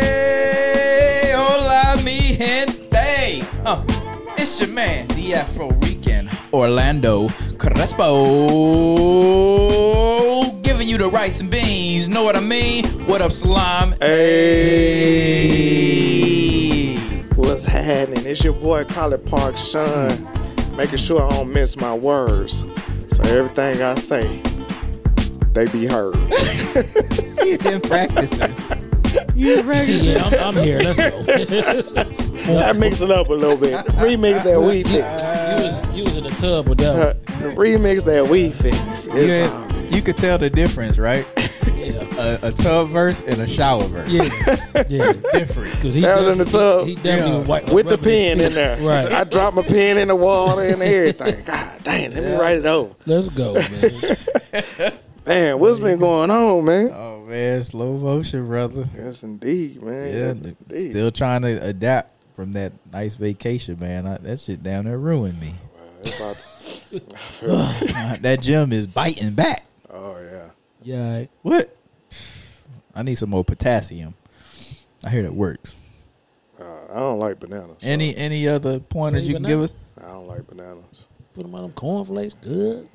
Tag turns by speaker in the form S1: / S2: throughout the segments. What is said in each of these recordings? S1: Hey, hola mi gente. Uh, it's your man, the Afro Rican, Orlando Crespo. Giving you the rice and beans, know what I mean? What up, Salam? Hey.
S2: What's happening? It's your boy Colin Park Sean, making sure I don't miss my words. So everything I say, they be heard.
S1: You been practicing. You practicing.
S3: Yeah, I'm, I'm here. Let's go.
S2: I mix it up a little bit. Remix that we fix.
S3: you, was, you was in the tub with that.
S2: Uh, remix that we fix. uh, It's all
S1: Yeah,
S2: good.
S1: you could tell the difference, right?
S3: one. Yeah,
S1: A, a tub verse and a shower verse.
S3: yeah, yeah.
S1: Different.
S3: 'Cause he
S2: That was in the
S3: definitely-
S2: tub.
S3: He definitely
S1: Yeah.
S3: wiped-
S2: With the
S3: rubbing
S2: pen
S3: his feet.
S2: in there.
S3: Right.
S2: I dropped my pen in the water and everything. God damn, let me write it over.
S3: Let's go, man.
S2: Man, what's been going on, man?
S1: Oh man, slow motion, brother.
S2: Yes, indeed, man.
S1: Yeah,
S2: Yes, indeed.
S1: still trying to adapt from that nice vacation, man. I, that shit down there ruined me.
S2: It's about to-
S1: that gym is biting back.
S2: oh, yeah.
S3: Yeah, all right.
S1: What? I need some more potassium. I hear that works.
S2: Uh, I don't like bananas. so
S1: Any any other pointers
S3: Hey,
S1: you can give
S3: banana.
S1: us?
S2: I don't like bananas.
S3: put them on them cornflakes. Good.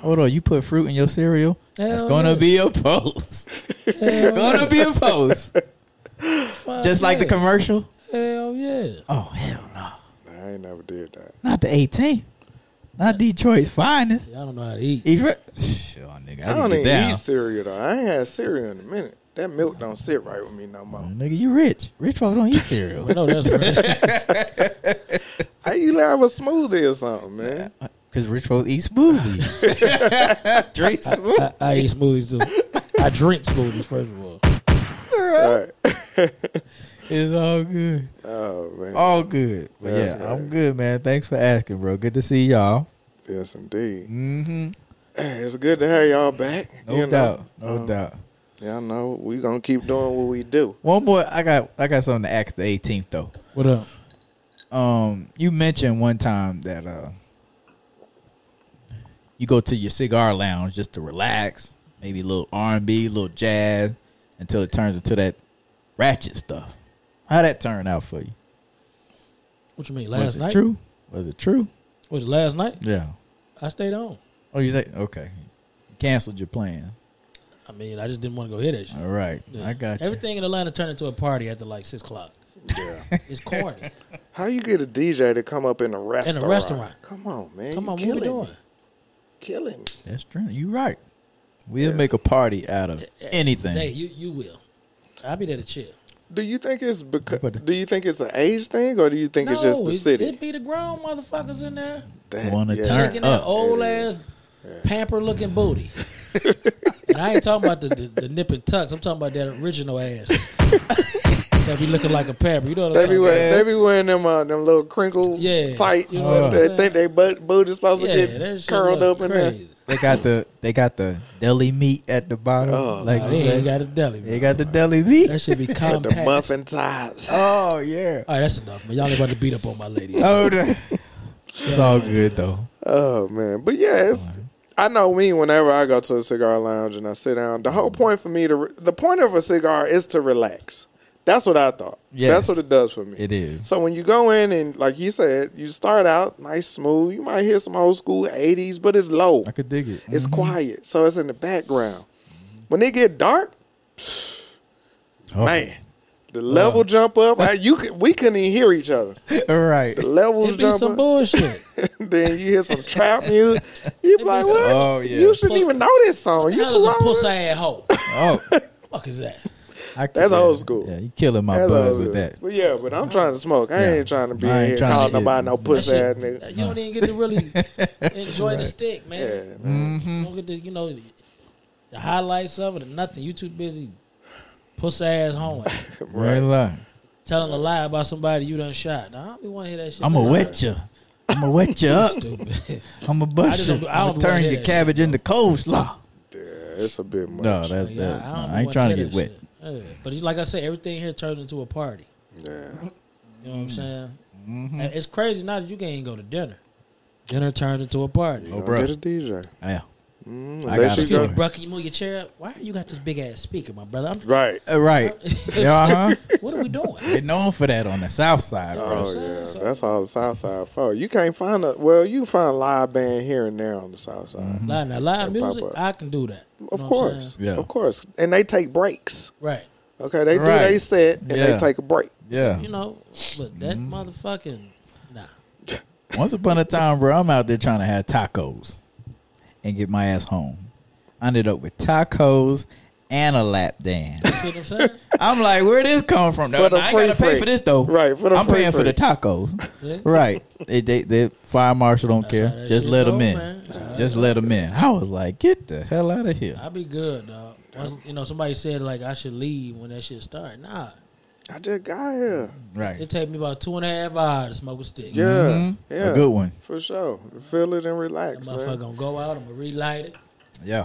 S1: Hold on, you put fruit in your cereal. That's
S3: Hell
S1: gonna
S3: yeah.
S1: be a post.
S3: Hell
S1: gonna be a post.
S3: Fuck
S1: Just like the
S3: yeah.
S1: commercial.
S3: Hell yeah.
S1: Oh hell no!
S2: I ain't never did that.
S1: Not the 18th. Not Detroit's finest.
S3: I don't know how to eat.
S1: Even Sure, oh, nigga, I,
S2: I, don't
S1: can get
S2: even
S1: down.
S2: eat cereal though. I ain't had cereal in a minute. That milk don't sit right with me no more.
S1: Nigga, you rich. Rich folks don't eat cereal.
S3: I know that's right.
S2: How you have a smoothie or something, man?
S1: Because rich folks eat smoothie. Drink smoothie.
S3: I, I eat smoothies too. I drink smoothies first of all.
S2: Right.
S1: It's all good.
S2: oh man.
S1: All good. But yeah,
S2: Okay.
S1: I'm good, man. Thanks for asking, bro. Good to see y'all.
S2: Yes, indeed.
S1: Mm-hmm.
S2: Hey, It's good to have y'all back.
S1: No
S2: you know.
S1: doubt. No
S2: Um,
S1: doubt.
S2: Y'all know we gonna keep doing what we do.
S1: One more. I got I got something to ask the 18th, though.
S3: What up?
S1: um you mentioned one time that uh you go to your cigar lounge just to relax maybe a little r&b a little jazz until it turns into that ratchet stuff how that turn out for you
S3: What you mean?
S1: was
S3: Last
S1: it
S3: night?
S1: true was it true
S3: Was it last night?
S1: yeah
S3: I stayed on.
S1: oh you say okay canceled your plan
S3: I mean, I just didn't want to go hear that shit.
S1: all right
S3: Yeah.
S1: i got you
S3: Everything in Atlanta turned into a party after like six o'clock.
S2: Yeah.
S3: It's corny.
S2: How you get a DJ to come up in a restaurant?
S3: restaurant.
S2: Come on, man.
S3: Come
S2: You
S3: on, what we
S2: killing
S3: doing?
S2: Me. Killing me.
S1: that's true you right we'll make a party out of anything
S3: Hey, you you will. I'll be there to chill.
S2: Do you think it's because?
S1: But-
S2: Do you think it's an age thing, or do you think it's just the
S3: it,
S2: city?
S3: It be the grown motherfuckers in there
S2: That-
S1: Wanna
S2: yeah.
S1: turn-
S3: shaking that
S1: up.
S3: old ass pamper looking booty. and I ain't talking about the, the, the nip and tucks. I'm talking about that original ass that be looking like a pamper. You know what
S2: They
S3: I'm
S2: be
S3: talking about?
S2: wearing, they be wearing them uh, them little crinkle
S3: Yeah.
S2: tights.
S3: You know
S1: Uh-huh.
S3: what I'm
S2: they
S3: saying?
S2: think they butt boot is supposed
S3: Yeah,
S2: to
S3: that
S2: get
S3: shit
S2: curled
S3: look
S2: up in
S3: crazy.
S2: there.
S1: they got the they got the deli meat at the bottom
S2: Oh,
S1: like
S3: Nah,
S1: you
S3: they
S1: said.
S3: ain't got a deli.
S1: They
S3: man.
S1: got the deli meat.
S3: That should be
S2: Got
S3: compact.
S2: the muffin tops.
S1: Oh yeah.
S3: All right, that's enough, man. Y'all ain't about to beat up on my lady.
S1: Oh, the- it's all good though.
S2: Oh man, but yeah, it's, I know me. Whenever I go to a cigar lounge and I sit down, the whole
S1: Mm.
S2: point for me to re- the point of a cigar is to relax. That's what I thought.
S1: Yes.
S2: That's what it does for me.
S1: It is.
S2: So when you go in and like you said, you start out nice, smooth. You might hear some old school '80s, but it's low.
S1: I could dig it.
S2: It's quiet, so it's in the background. When it get dark,
S1: Oh.
S2: man, the level jump up. I- you could, we couldn't even hear each other.
S1: All right.
S2: The levels
S3: It be
S2: jump
S3: some
S2: up.
S3: bullshit.
S2: then you hear some trap music. You be like,
S3: some-
S2: what?
S1: Oh, yeah.
S2: You shouldn't even know this song. You
S3: That
S2: too
S3: was a
S2: old.
S3: pussy ass hoe.
S1: Oh,
S3: Fuck is that?
S1: I could-
S2: That's
S1: yeah.
S2: old school.
S1: Yeah, you killing my
S2: That's
S1: buzz
S2: old.
S1: with that.
S2: But yeah, but I'm trying to smoke. I
S1: Yeah.
S2: ain't trying to be
S1: I ain't
S2: in here
S1: trying to
S2: calling
S1: get-
S2: nobody no
S3: Mm-hmm. That
S2: pussy ass
S3: shit-
S2: nigga.
S3: You don't even get to really enjoy the stick, man.
S2: Yeah,
S3: You don't get to, you know, the highlights of it or nothing. You too busy pussy ass hoeing,
S1: Right. line.
S3: telling a lie about somebody you done shot. Nah, I don't be want to hear that shit.
S1: I'ma wet you. I'ma wet you up.
S3: Stupid.
S1: I'ma
S3: I
S1: bust
S3: just
S1: you.
S3: don't- I
S1: I'ma
S3: don't
S1: turn
S3: wanna
S1: your
S3: hear that
S1: cabbage into coleslaw.
S2: yeah, it's a bit much.
S1: No, that's that.
S3: Yeah,
S1: no,
S3: don't
S1: I ain't
S3: wanna
S1: trying to
S3: hear
S1: get
S3: that
S1: wet.
S3: shit. Yeah. But like I said, everything here turned into a party.
S2: Yeah.
S3: You know what I'm
S1: Mm.
S3: saying?
S1: Mm-hmm.
S3: And It's crazy now that you can't even go to dinner. Dinner turned into a party.
S1: Oh,
S2: Don't
S1: bruh.
S2: Get a DJ.
S1: Yeah. I
S2: let
S1: got a
S2: you
S3: Excuse me,
S1: story.
S2: Mm, go.
S3: bro. Can you move your chair up? Why you got this big ass speaker, my brother? I'm,
S2: Right.
S1: Uh, right. yeah, uh-huh. huh
S3: what are we doing?
S1: They known for that on the South Side, bro.
S2: Oh
S3: saying? So-
S2: yeah, that's all the South Side for. You can't find a well. You find a live band here and there on the South Side,
S3: Live now, live
S2: They pop
S3: music.
S2: up.
S3: I can do that. You
S2: of
S3: know what I'm
S2: course,
S3: saying?
S1: Mm-hmm. Yeah.
S2: of course. And they take breaks.
S3: Right.
S2: Okay, they
S1: Right.
S2: do they set and
S1: Yeah.
S2: they take a break.
S1: Yeah.
S3: You know, but that
S2: Mm-hmm.
S3: motherfucking nah.
S1: Once upon a time, bro, I'm out there trying to have tacos and get my ass home. I ended up with tacos and a lap dance.
S3: You see what I'm saying?
S1: I'm like, where this come from? Though?
S2: For the
S1: I ain't gotta
S2: free
S1: pay
S2: free.
S1: for this though.
S2: Right, for the
S1: I'm
S2: free
S1: paying for
S2: free.
S1: the tacos.
S3: Yeah.
S1: right. They, they, they fire marshal don't
S3: That's how
S1: care.
S3: that
S1: Just
S3: shit
S1: let them
S3: go,
S1: in.
S3: man. That's
S1: Just let them in. I was like, get the hell out of here.
S3: I be good, dog. Once- you know, somebody said like I should leave when that shit start. Nah,
S2: I just got here.
S1: Right.
S3: it take me about two and a half hours to smoke a stick.
S2: Yeah,
S1: Mhm.
S2: yeah,
S1: A good one.
S2: for sure. Feel it and
S3: That
S2: relax,
S3: motherfucker
S2: man.
S3: gonna go out. I'm gonna relight it.
S1: Yeah.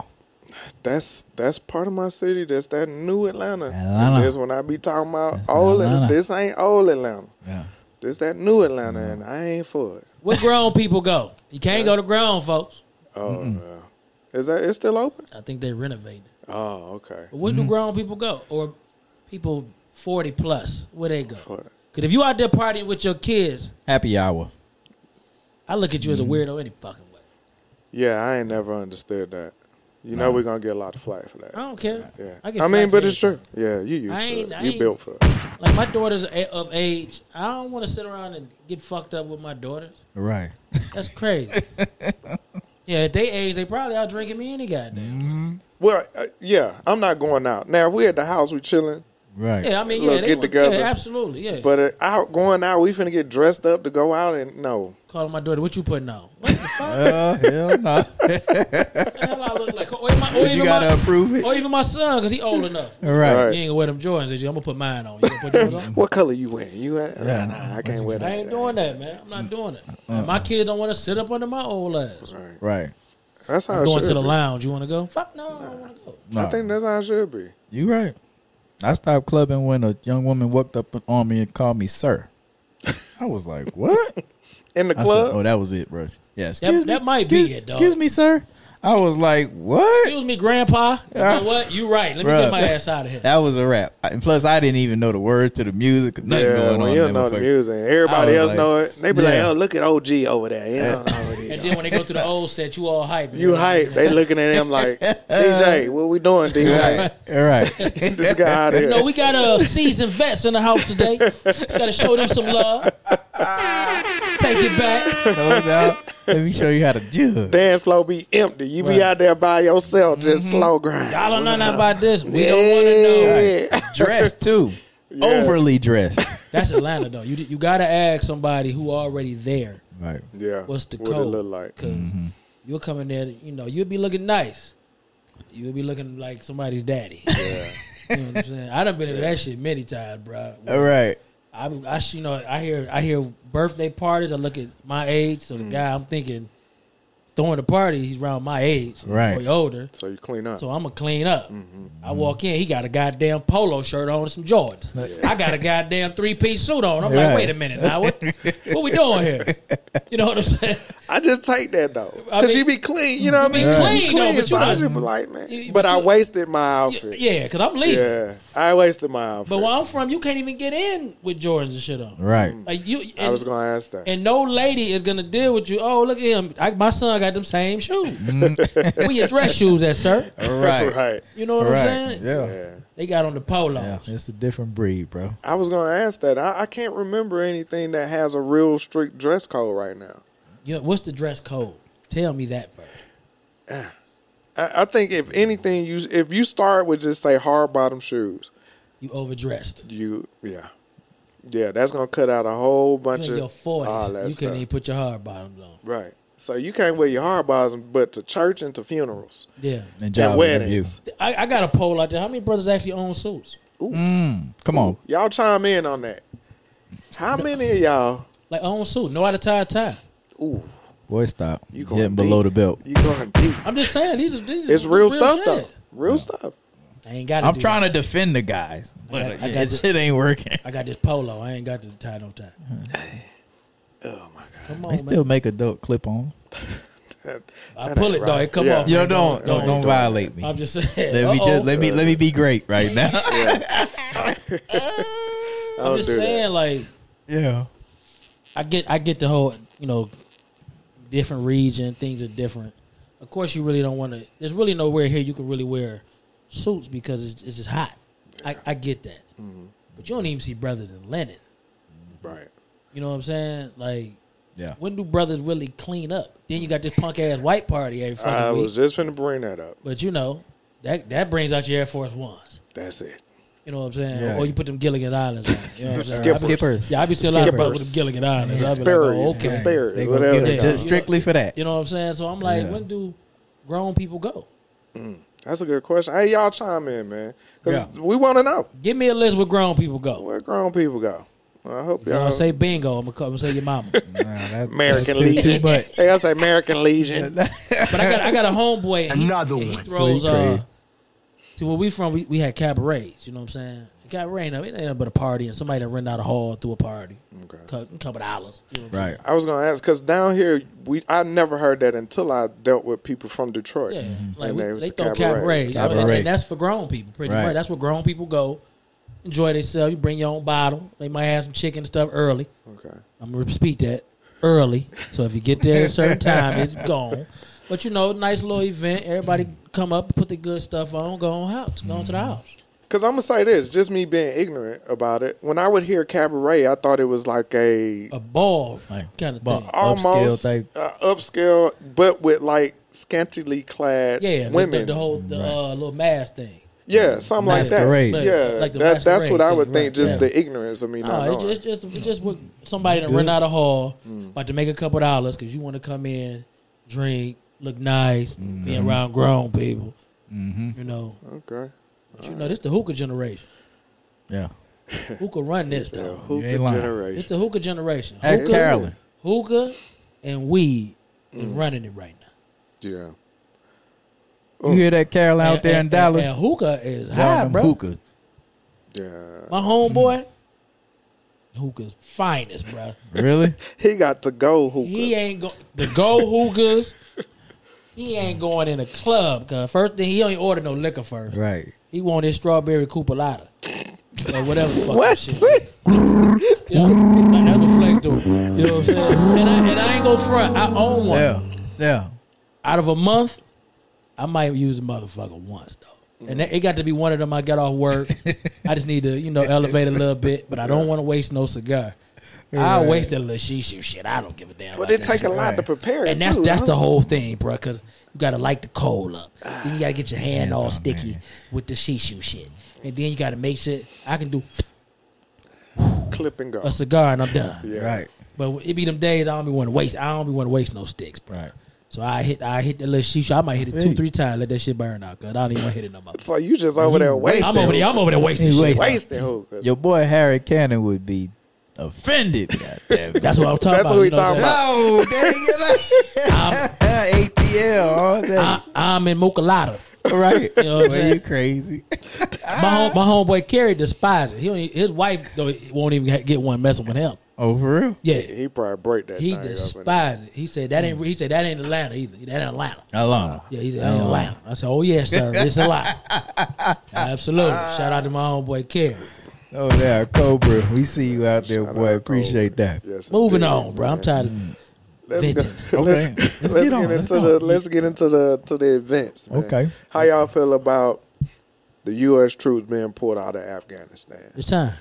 S2: That's that's part of my city. That's that new Atlanta.
S1: Atlanta.
S2: That's when I be talking about
S1: That's
S2: old.
S1: Atlanta.
S2: This ain't old Atlanta.
S1: Yeah.
S2: This that new Atlanta,
S1: Mm-hmm.
S2: and I ain't for it.
S3: Where grown people go? You can't go to grown folks.
S2: Oh, well. is that it's still open?
S3: I think they renovated.
S2: Oh, okay.
S3: But where do grown people go? Or people forty plus? Where they go?
S2: For it.
S3: Because if you out there partying with your kids,
S1: Happy hour.
S3: I look at you
S1: Mm-hmm.
S3: as a weirdo any fucking way.
S2: Yeah, I ain't never understood that. You know we're gonna get a lot of flack for that.
S3: I don't care.
S2: Yeah,
S3: Oh, I,
S2: I,
S3: get
S2: mean,
S3: flack
S2: but
S3: for
S2: it's true.
S3: anything.
S2: Yeah, you used
S3: I
S2: to
S3: ain't-
S2: it.
S3: I
S2: You
S3: ain't-
S2: built for it.
S3: Like my daughter's a- of age. I don't want to sit around and get fucked up with my daughters.
S1: Right.
S3: That's crazy. yeah, at they age, they probably out drinking me any goddamn.
S1: Mm-hmm.
S2: Well, uh, yeah, I'm not going out now. If we at the house, we chilling.
S1: Right.
S3: Yeah, I mean,
S2: Little
S3: yeah, they
S2: get
S3: want-
S2: together.
S3: Yeah, absolutely. Yeah,
S2: But uh, out going out, we finna get dressed up to go out and no.
S3: calling my daughter, what you putting on? What the fuck?
S1: Uh, hell no.
S3: the hell I look like? Or even my, or
S1: But you
S3: even
S1: gotta
S3: my,
S1: approve it.
S3: or even my son, cause he old enough. You
S1: Right.
S2: Right.
S3: ain't gonna wear them Jordans, is you? I'm gonna put mine on. You gonna put yours on?
S2: What color you wearing? You at,
S1: Yeah,
S2: nah, I can't wear that.
S3: I ain't doing that, man. I'm not doing it.
S1: Uh-uh.
S3: And my kids don't want to sit up under my old ass.
S2: Right.
S1: Right.
S2: That's how
S3: I'm
S2: it
S3: going
S2: should
S3: to the
S2: be.
S3: lounge. You want to go? Fuck no, I don't want to go.
S1: No.
S2: I think that's how it should be.
S1: you right. I stopped clubbing when a young woman walked up on me and called me sir. I was like, what?
S2: In the
S1: I
S2: club,
S1: said, oh, that was it, bro. Yeah, excuse me.
S3: that might be
S1: excuse,
S3: it, dog.
S1: Excuse me, sir. I was like, what?
S3: Excuse me, Grandpa. You know
S1: Yeah.
S3: what? You right. Let me
S1: Bruh.
S3: get my ass out of here.
S1: That was a wrap. I- And plus, I didn't even know the words to the music. or Nothing
S2: yeah,
S1: going
S2: when
S1: on.
S2: you
S1: in that
S2: don't know the
S1: motherfucker.
S2: music, everybody
S1: was
S2: else
S1: like-
S2: know it. They be like,
S1: Yeah.
S2: "Oh, look at OG over there." You don't know what he
S3: And then when they go to the old set, you all hype.
S2: You hype. They looking at him like, DJ, what we doing, DJ?
S1: All right.
S2: Get this guy out of here.
S3: No, we got uh, seasoned vets in the house today. Got to show them some love. Take it back.
S1: No doubt. Let me show you how to jug.
S2: Dance floor be empty. You
S3: Right. Mm-hmm.
S2: be out there by yourself, just slow grind.
S3: Y'all don't know nothing about this. We
S2: yeah.
S3: don't want to know.
S1: Dressed too. Overly dressed.
S3: That's Atlanta, though. You you got to ask somebody who already there.
S1: Right.
S2: Yeah.
S3: What's the
S2: what
S3: code?
S2: it look like?
S3: Cause you'll come in there, you know, you'll be looking nice. You'll be looking like somebody's daddy.
S2: Yeah.
S3: You know what I'm saying? I done been to that shit many times, bro.
S1: All right.
S3: I, I, sh- you know, I hear, I hear birthday parties. I look at my age, so the guy I'm thinking throwing the party, he's around my age,
S1: Right.
S3: or he older.
S2: So you clean up.
S3: So I'm gonna clean up. I walk in, he got a goddamn polo shirt on and some Jordans. I got a goddamn three piece suit on. I'm
S1: Right.
S3: like, wait a minute, now what? what we doing here? You know what I'm saying?
S2: I just take that though,
S3: I
S2: cause
S3: mean-
S2: you be clean. You know what I
S3: You
S2: mean?
S3: be
S2: You
S3: clean, though, but
S2: so
S3: you
S2: I
S3: don't-
S2: just be like, man.
S3: You-
S2: but
S3: but
S2: I
S3: you-
S2: wasted my outfit.
S3: Yeah, because I'm
S2: Yeah.
S3: leaving.
S2: I wasted my outfit.
S3: But where I'm from, you can't even get in with Jordans and shit on.
S1: Right.
S2: Mm.
S3: Like you, and,
S2: I was gonna ask that.
S3: and no lady is gonna deal with you. Oh, look at him! I, my son got them same shoes. Where your dress shoes at, sir?
S1: All right.
S2: right.
S3: You know
S1: All
S3: what I'm
S1: Mm. right.
S3: saying?
S1: Yeah.
S2: Yeah.
S3: They got on the polos.
S1: Yeah. It's a different breed, bro.
S2: I was gonna ask that. I, I can't remember anything that has a real strict dress code right now.
S3: You know, what's the dress code? Tell me that first.
S2: I, I think if anything, you if you start with just say hard bottom shoes,
S3: You overdressed.
S2: you yeah, yeah, that's gonna cut out a whole
S3: You
S2: bunch
S3: in
S2: of
S3: your
S2: all
S3: forties.
S2: that
S3: You
S2: stuff.
S3: couldn't even put your hard bottoms on.
S2: right. So you can't wear your hard bottoms, but to church and to funerals.
S3: Yeah,
S1: And job interview.
S2: weddings.
S3: I, I got a poll out there. How many brothers actually own suits?
S1: Mm, come on.
S2: Y'all chime in on that. How many of y'all?
S3: Like own suit, no other tie, tie.
S2: Ooh,
S1: Boy, stop.
S2: you
S1: You
S2: going
S1: getting below the
S2: deep.
S1: belt.
S2: You going deep?
S3: I'm just saying these are these.
S2: It's
S3: this
S2: real, stuff
S3: shit.
S2: though. Real stuff.
S3: I ain't got.
S1: I'm trying to defend the guys. But
S3: got- I
S1: it,
S3: got
S1: it
S3: this.
S1: shit ain't working.
S3: I got this polo. I ain't got the tie no tie.
S2: Oh my god.
S3: Come on,
S1: They still make adult clip on.
S2: That's
S3: I pull it, though. It come
S2: Yeah.
S3: off.
S1: Yo,
S3: man.
S1: don't don't, don't violate me.
S3: I'm just saying.
S1: let me
S3: Uh-oh.
S1: just let me let me be great right now.
S2: Don't
S3: I'm just
S2: do that.
S3: saying, like,
S1: yeah.
S3: I get I get the whole you know different region things are different. Of course, you really don't want to. There's really nowhere here you can really wear suits because it's, it's just hot. I, I get that,
S1: Mm-hmm.
S3: but you don't even see brothers in linen.
S2: Right.
S3: You know what I'm saying? Like,
S1: Yeah.
S3: when do brothers really clean up? Then you got this punk ass white party every fucking
S2: I
S3: week.
S2: was just finna bring that up.
S3: but you know that that brings out your Air Force Ones.
S2: That's it.
S3: You know what I'm saying?
S1: Yeah.
S3: Or you put them Gilligan Islands on. You know what I'm saying?
S2: Skippers.
S3: I be-
S1: Skippers.
S3: Yeah, I be still out
S2: Skippers.
S3: about with them Gilligan Islands. I be like, oh,
S2: Asparagus.
S3: okay.
S2: Asparagus. Spirit,
S1: They gonna
S2: whatever.
S1: get it
S3: Yeah.
S1: just strictly for that.
S3: You know what I'm saying? So I'm like,
S1: Yeah.
S3: when do grown people go?
S2: That's a good question. Hey, y'all chime in, man. Because
S1: Yeah.
S2: we want to know
S3: Give me a list where grown people go.
S2: where grown people go. I hope
S3: If y'all
S2: y'all.
S3: say bingo, I'm gonna come and say your mama.
S1: Nah, that's-
S2: American
S1: that's too, too
S2: Legion.
S1: much.
S2: Hey, I say American Legion.
S3: But I got I got a homeboy. And
S4: Another
S3: he, and
S4: one.
S3: He throws
S1: Pretty
S3: uh,
S1: crazy.
S3: to where we from. We, we had cabarets. You know what I'm saying? Cabaret ain't, no- it ain't nothing but a party, and somebody that rent out a hall through a party.
S2: Okay.
S3: Cut- A couple dollars. You know what I'm
S1: Right.
S2: I was gonna ask because down here we I never heard that until I dealt with people from Detroit.
S3: Yeah, like
S2: And
S3: we,
S2: there was
S3: they
S2: a
S3: throw
S2: cabaret.
S3: cabarets, you know, and-
S1: Mm-hmm. Cabaret.
S3: and that's for grown people. Pretty
S1: Right.
S3: much, that's where grown people go, enjoy themselves. You bring your own bottle. They might have some chicken and stuff early.
S2: Okay.
S3: I'm gonna repeat that early. So if you get there at a certain time, it's gone. But you know, nice little event. Everybody come up, put the good stuff on, go on house, go on to the
S1: Mm-hmm.
S3: house.
S2: Because I'm gonna say this, just me being ignorant about it. When I would hear cabaret, I thought it was like a
S3: A ball
S1: Like,
S3: kind of
S1: ball.
S3: thing.
S1: Upscale
S2: almost
S1: type.
S2: uh, upscale, but with like scantily clad
S3: Yeah, the-
S2: women.
S3: The, the whole the, uh, little mask thing.
S2: yeah, something like that.
S1: Masquerade. Like-
S2: Yeah,
S3: like the
S2: that, that's
S3: masquerade
S2: what I would
S3: thing,
S2: think.
S3: right,
S2: Just
S3: yeah.
S2: the ignorance of me not knowing.
S3: No, it's just it's just, it's just what somebody that run out of hall, about to make a couple dollars because you want to come in, drink, look nice,
S1: Mm-hmm.
S3: be around grown people. You know,
S2: okay.
S3: but you know this the hookah generation.
S1: Yeah.
S3: Who could run this
S2: Yeah,
S3: though?
S2: hookah
S1: ain't lying.
S2: generation.
S3: It's the hookah generation.
S1: At
S2: Hookah.
S1: Carolyn.
S3: hookah and weed is running it right now.
S2: yeah.
S1: You hear that Carolyn out
S3: And-
S1: there in
S3: and-
S1: Dallas?
S3: and, and hookah is
S1: Drawing
S3: high,
S1: them
S3: bro.
S1: hookah.
S2: Yeah.
S3: My homeboy,
S1: Mm-hmm.
S3: hookah's finest, bro.
S1: Really?
S2: He got to go hookahs.
S3: He ain't go the go hookahs. He ain't going in a club. Cause first thing he ain't order no liquor first.
S1: right.
S3: He want his strawberry cupolata or whatever. The fuck
S2: what?
S3: that Shit. is. Yeah, like that's what Flex do. You know what I'm saying? And I, and I ain't go front. I own one.
S1: Yeah. Yeah.
S3: Out of a month, I might use the motherfucker once though. And that, it got to be one of them. I got off work. I just need to, you know, elevate a little bit, but I don't want to waste no cigar. I
S1: Right.
S3: waste a little shishu shit. I don't give a damn.
S2: But
S3: about
S2: it
S3: that
S2: take a
S3: shit.
S2: lot to
S1: Right.
S2: prepare it.
S3: And that's
S2: too,
S3: that's
S2: huh?
S3: the whole thing, bro. Because you gotta light the coal up. Then you gotta get your hand
S1: Hands
S3: all
S1: on,
S3: sticky
S1: man.
S3: with the shishu shit, and then you gotta make sure I can do
S2: clip and go.
S3: a cigar and I'm done.
S2: Yeah.
S1: Right.
S3: But it be them days I don't be want to waste. I don't be want to waste no sticks, bro.
S1: Right.
S3: So I hit I hit the little shishu. I might hit it two
S1: Hey.
S3: three times. Let that shit burn out. Cause I don't even want to hit it no more.
S2: So you just over there wasting.
S3: I'm over there. I'm over there wasting
S1: Hey,
S3: shit.
S1: waste.
S2: wasting hookahs.
S1: Your boy Harry Cannon would be offended. Goddamn. it.
S3: That's what I'm talking
S2: That's
S3: about.
S2: what we
S3: you know
S2: talking
S3: I'm saying?
S1: No, dang it. ATL, all that.
S3: I, I'm in Mokolata.
S1: right.
S3: You know what
S1: Well,
S3: I'm saying?
S1: you crazy.
S3: My, home, my homeboy Kerry despises it. He don't, e- his wife though won't even ha- get one messing with him.
S1: Oh, for real?
S3: Yeah,
S2: He probably break that.
S3: He
S2: thing up Hmm.
S3: despised it. He said that ain't. He said that ain't Atlanta either. That ain't Atlanta.
S1: Alana.
S3: Yeah, he said that ain't Atlanta. I said, oh yeah, sir, it's Atlanta. Absolutely. Shout out to my homeboy Kerry.
S1: Oh, yeah, Cobra. We see you out there,
S2: and-
S1: boy.
S2: Shout out,
S1: Appreciate
S2: Cobra.
S1: that.
S2: Yes,
S3: Moving
S2: indeed,
S3: on, bro. I'm
S2: man.
S3: tired of
S2: Let's go-
S3: venting.
S2: Let's,
S1: Okay. Let's
S2: let's
S1: get
S2: get,
S1: on.
S2: into
S1: Let's go.
S2: the let's get into the to the events. man.
S1: Okay.
S2: How y'all feel about the U.S. troops being pulled out of Afghanistan?
S3: It's time.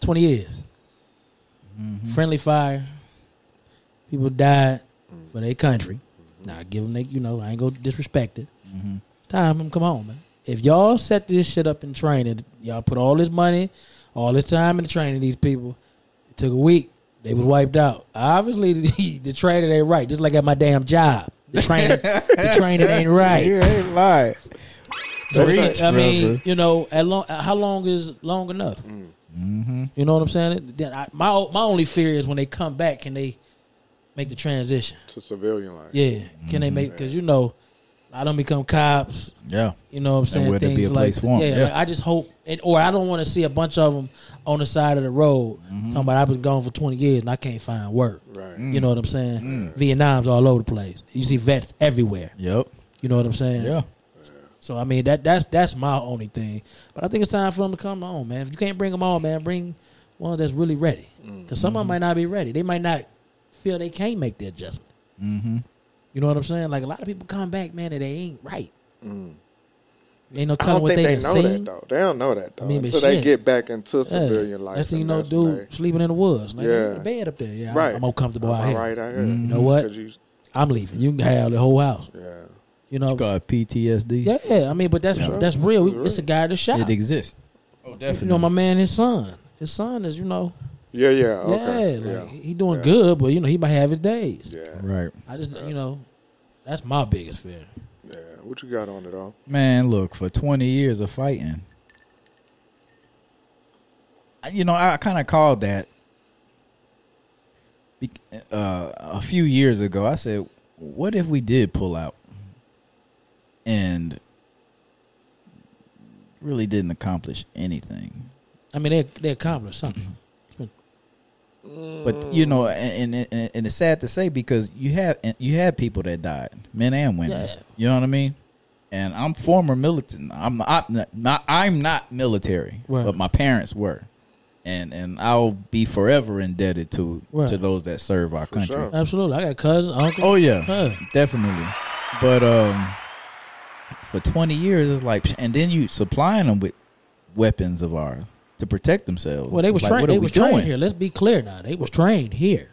S3: Twenty years.
S1: Mm-hmm.
S3: Friendly fire. People died for their country. Now I give them, they, you know, I ain't gonna disrespect it.
S1: Mm-hmm.
S3: Time them come on, man. If y'all set this shit up in training, y'all put all this money, all this time in training these people. It took a week. They was wiped out. Obviously, the, the training ain't right. Just like at my damn job, the training, the training ain't right.
S1: You ain't lying.
S3: So
S1: Preach,
S3: it's like, I mean,
S1: brother.
S3: you know, at long, how long is long enough?
S1: Mm-hmm.
S3: You know what I'm saying? Then I, my o- my only fear is when they come back, can they make the transition?
S2: To civilian life.
S1: Mm-hmm.
S3: Yeah, can they make? Because you know, A lot of them become cops.
S1: Yeah.
S3: You know what I'm saying?
S1: where'd there be
S3: Things
S1: a
S3: like
S1: place for 'em?
S3: yeah,
S1: Yeah.
S3: like, I just hope, and, or I don't want to see a bunch of them on the side of the road.
S1: Mm-hmm.
S3: Talking about I've been gone for 20 years and I can't find work.
S2: Right.
S3: You
S1: Mm.
S3: know what I'm saying? Vietnam's all over the place. You see vets everywhere.
S1: Yep.
S3: You know what I'm saying?
S1: Yeah.
S3: So I mean that that's that's my only thing. But I think it's time for them to come on, man. If you can't bring them on, man, bring one that's really ready. Because some of
S2: Mm-hmm.
S3: them might not be ready. They might not feel they can make the adjustment.
S1: Mm-hmm.
S3: You know what I'm saying? Like a lot of people come back, man, and they ain't right.
S2: Mm.
S3: Ain't no
S2: I
S3: telling
S2: don't
S3: what
S2: think
S3: they,
S2: they,
S3: can
S2: know
S3: see.
S2: that though. They don't know that though
S3: I mean, but
S2: until they
S3: shit.
S2: get back into civilian life.
S3: That's you
S2: and
S3: know,
S2: that's when
S3: dude sleeping in the woods. Like,
S2: Yeah.
S3: yeah. bed up there. Yeah,
S2: Right.
S3: I'm, more
S2: they,
S3: comfortable
S2: Am
S3: out
S2: I
S3: here.
S2: right out here.
S1: Mhm.
S3: You know what?
S2: 'Cause you-
S3: I'm leaving. You can have the whole house.
S2: yeah.
S3: You
S1: It's
S3: know.
S1: called PTSD.
S3: Oh. Yeah, I mean, but that's
S2: Yeah.
S3: that's real.
S2: You're
S3: It's a
S2: right.
S3: guy that shot.
S1: It exists. Oh,
S3: you
S1: definitely.
S3: know, my man, his son. His son is, you know,
S2: Yeah. Yeah. Oh, Okay.
S3: yeah, like
S2: yeah.
S3: he doing
S2: Yeah.
S3: good, but you know, he might have his days.
S2: Yeah.
S1: right.
S3: I just, you know, that's my biggest fear.
S2: Yeah. What you got on it all?
S1: Man, look, for 20 years of fighting. I- You know, I kind of called that be- uh, a few years ago. I said, what if we did pull out and really didn't accomplish anything?
S3: I mean, they they accomplished something.
S1: But you know, and, and and- and it's sad to say because you have you had people that died, men and women.
S3: Yeah.
S1: You know what I mean? And I'm former militant. I'm not, not I'm not military,
S3: Right.
S1: but my parents were, and and I'll be forever indebted to
S3: Right.
S1: to those that serve our country.
S2: sure.
S3: Absolutely, I got cousins, uncle.
S1: Oh yeah,
S3: Huh.
S1: definitely. But um, for 20 years, it's like, and then you supplying them with weapons of ours to protect themselves.
S3: Well, they
S1: It's
S3: was
S1: like,
S3: trained.
S1: What are
S3: They
S1: we
S3: was trained
S1: doing?
S3: here. Let's be clear now. They was trained here.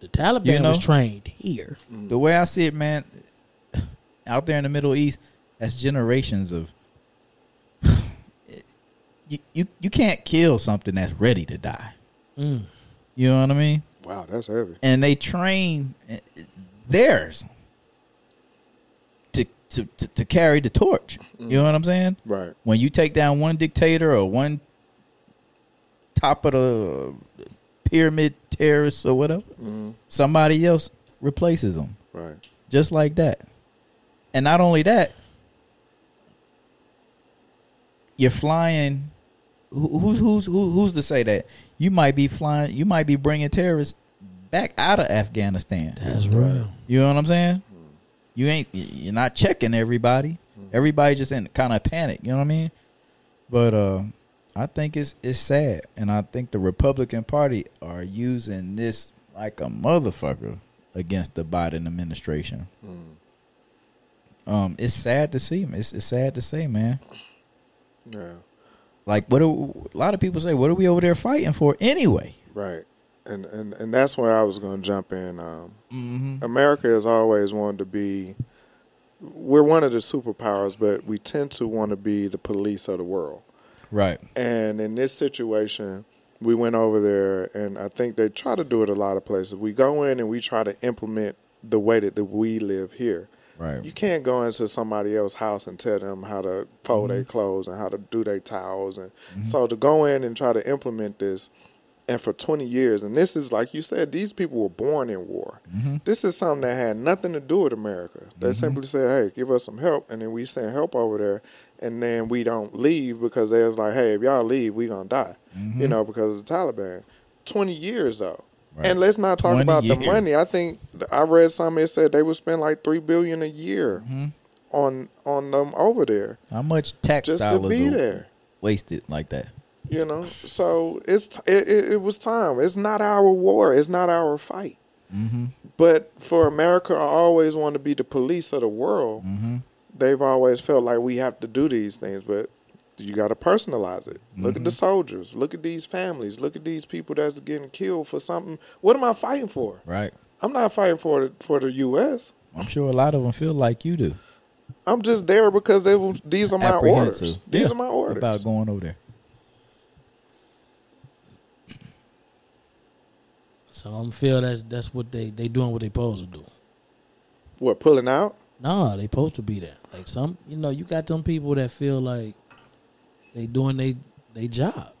S3: The Taliban
S1: You know?
S3: was trained here.
S1: the way I see it, man, out there in the Middle East, that's generations of. you, you you can't kill something that's ready to die.
S3: Mm.
S1: You know what I mean?
S2: Wow, that's heavy.
S1: And they train eh, theirs to to to, to carry the torch. You know what I'm saying?
S2: Right.
S1: When you take down one dictator or one top of the pyramid terrorist or whatever,
S2: Mm.
S1: somebody else replaces them
S2: Right.
S1: just like that. And not only that, you're flying. who- Who's who's who, who's to say that you might be flying? You might be bringing terrorists back out of Afghanistan.
S3: That's real.
S1: You know what I'm saying?
S2: Mm-hmm.
S1: You ain't you're not checking everybody. Everybody just in kind of panic. You know what I mean? But uh, I think it's it's sad, and I think the Republican Party are using this like a motherfucker against the Biden administration.
S2: Mm.
S1: Um, it's sad to see. It's, it's sad to say, man.
S2: Yeah.
S1: Like, what? Do, a lot of people say, "What are we over there fighting for anyway?"
S2: Right. And and and that's where I was going to jump in. Um,
S1: Mm-hmm.
S2: America has always wanted to be. We're one of the superpowers, but we tend to want to be the police of the world.
S1: Right.
S2: And in this situation, we went over there, and I think they try to do it a lot of places. We go in and we try to implement the way that, that we live here. You
S1: Right.
S2: can't go into somebody else's house and tell them how to fold their
S1: Mm-hmm.
S2: clothes and how to do their towels, and so to go in and try to implement this, and for twenty years, and this is like you said, these people were born in war.
S1: Mm-hmm.
S2: This is something that had nothing to do with America. They simply said, "Hey, give us some help," and then we send help over there, and then we don't leave because they was like, "Hey, if y'all leave, we gonna die," you know, because of the Taliban. Twenty years though.
S1: Mm-hmm. Right.
S2: And let's not talk
S1: 20
S2: about the
S1: years.
S2: money. I think I read something that said they would spend like three billion a year on on them over there
S1: How much tax
S2: just to
S1: dollars
S2: be
S1: are
S2: there.
S1: wasted like that?
S2: You know, so it's t- it, it, it was time. It's not our war. It's not our fight. But for America, I always want to be the police of the world. They've always felt like we have to do these things, but you got to personalize it. Look at the soldiers. Look at these families. Look at these people that's getting killed for something. What am I fighting for?
S1: Right.
S2: I'm not fighting for the, for the U.S.
S1: I'm sure a lot of them feel like you do.
S2: I'm just there because they were, these are my
S1: Apprehensive.
S2: orders. These
S1: Yeah.
S2: are my orders.
S1: about going over there.
S3: So I'm feel that's that's what they they doing what they supposed to do.
S2: what pulling out?
S3: Nah, they supposed to be there. Like some, you know, you got them people that feel like they doing they they job.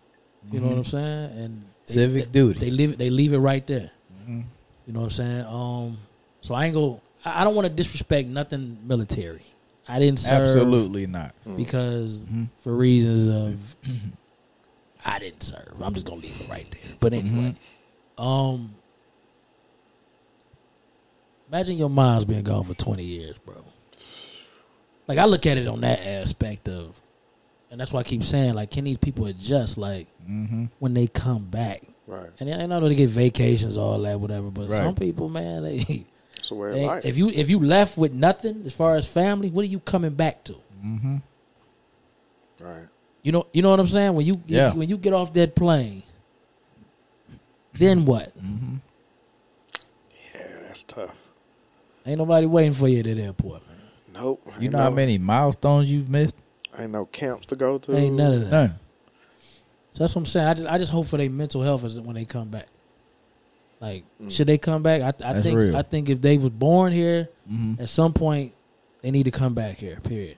S3: You know what I'm saying? And they,
S1: Mm-hmm. Civic
S3: they-
S1: duty.
S3: They leave it. They leave it right there.
S1: Mm-hmm.
S3: You know what I'm saying? Um, so I ain't go. I I don't want to disrespect nothing military. I didn't serve
S1: Absolutely not.
S3: because
S1: Mhm.
S3: for reasons of I didn't serve. I'm just gonna leave it right there. But
S1: Mm-hmm.
S3: anyway, um, imagine your mom's been gone for 20 years, bro. Like I look at it on that aspect of, and that's why I keep saying like, can these people adjust? Like
S1: Mm-hmm.
S3: when they come back,
S2: Right.
S3: and I know they get vacations, all that, whatever. But
S1: Right.
S3: some people, man, they,
S2: It's a way of
S3: they
S2: life.
S3: if you if you left with nothing as far as family, what are you coming back to?
S1: Mm-hmm.
S2: right.
S3: You know, you know what I'm saying. When you
S1: Yeah.
S3: when you get off that plane, then what?
S1: Mm-hmm.
S2: Yeah, that's tough.
S3: Ain't nobody waiting for you at that airport, man.
S2: Nope.
S1: You
S2: Ain't
S1: know how
S2: no-
S1: many milestones you've missed?
S2: Ain't no camps to go to.
S3: Ain't none of that.
S1: None.
S3: So that's what I'm saying. I just I just hope for their mental health is when they come back. Like,
S2: Mm.
S3: should they come back? I, I
S1: That's
S3: think
S1: real.
S3: I think if they was born here
S1: Mm-hmm.
S3: at some point, they need to come back here. Period.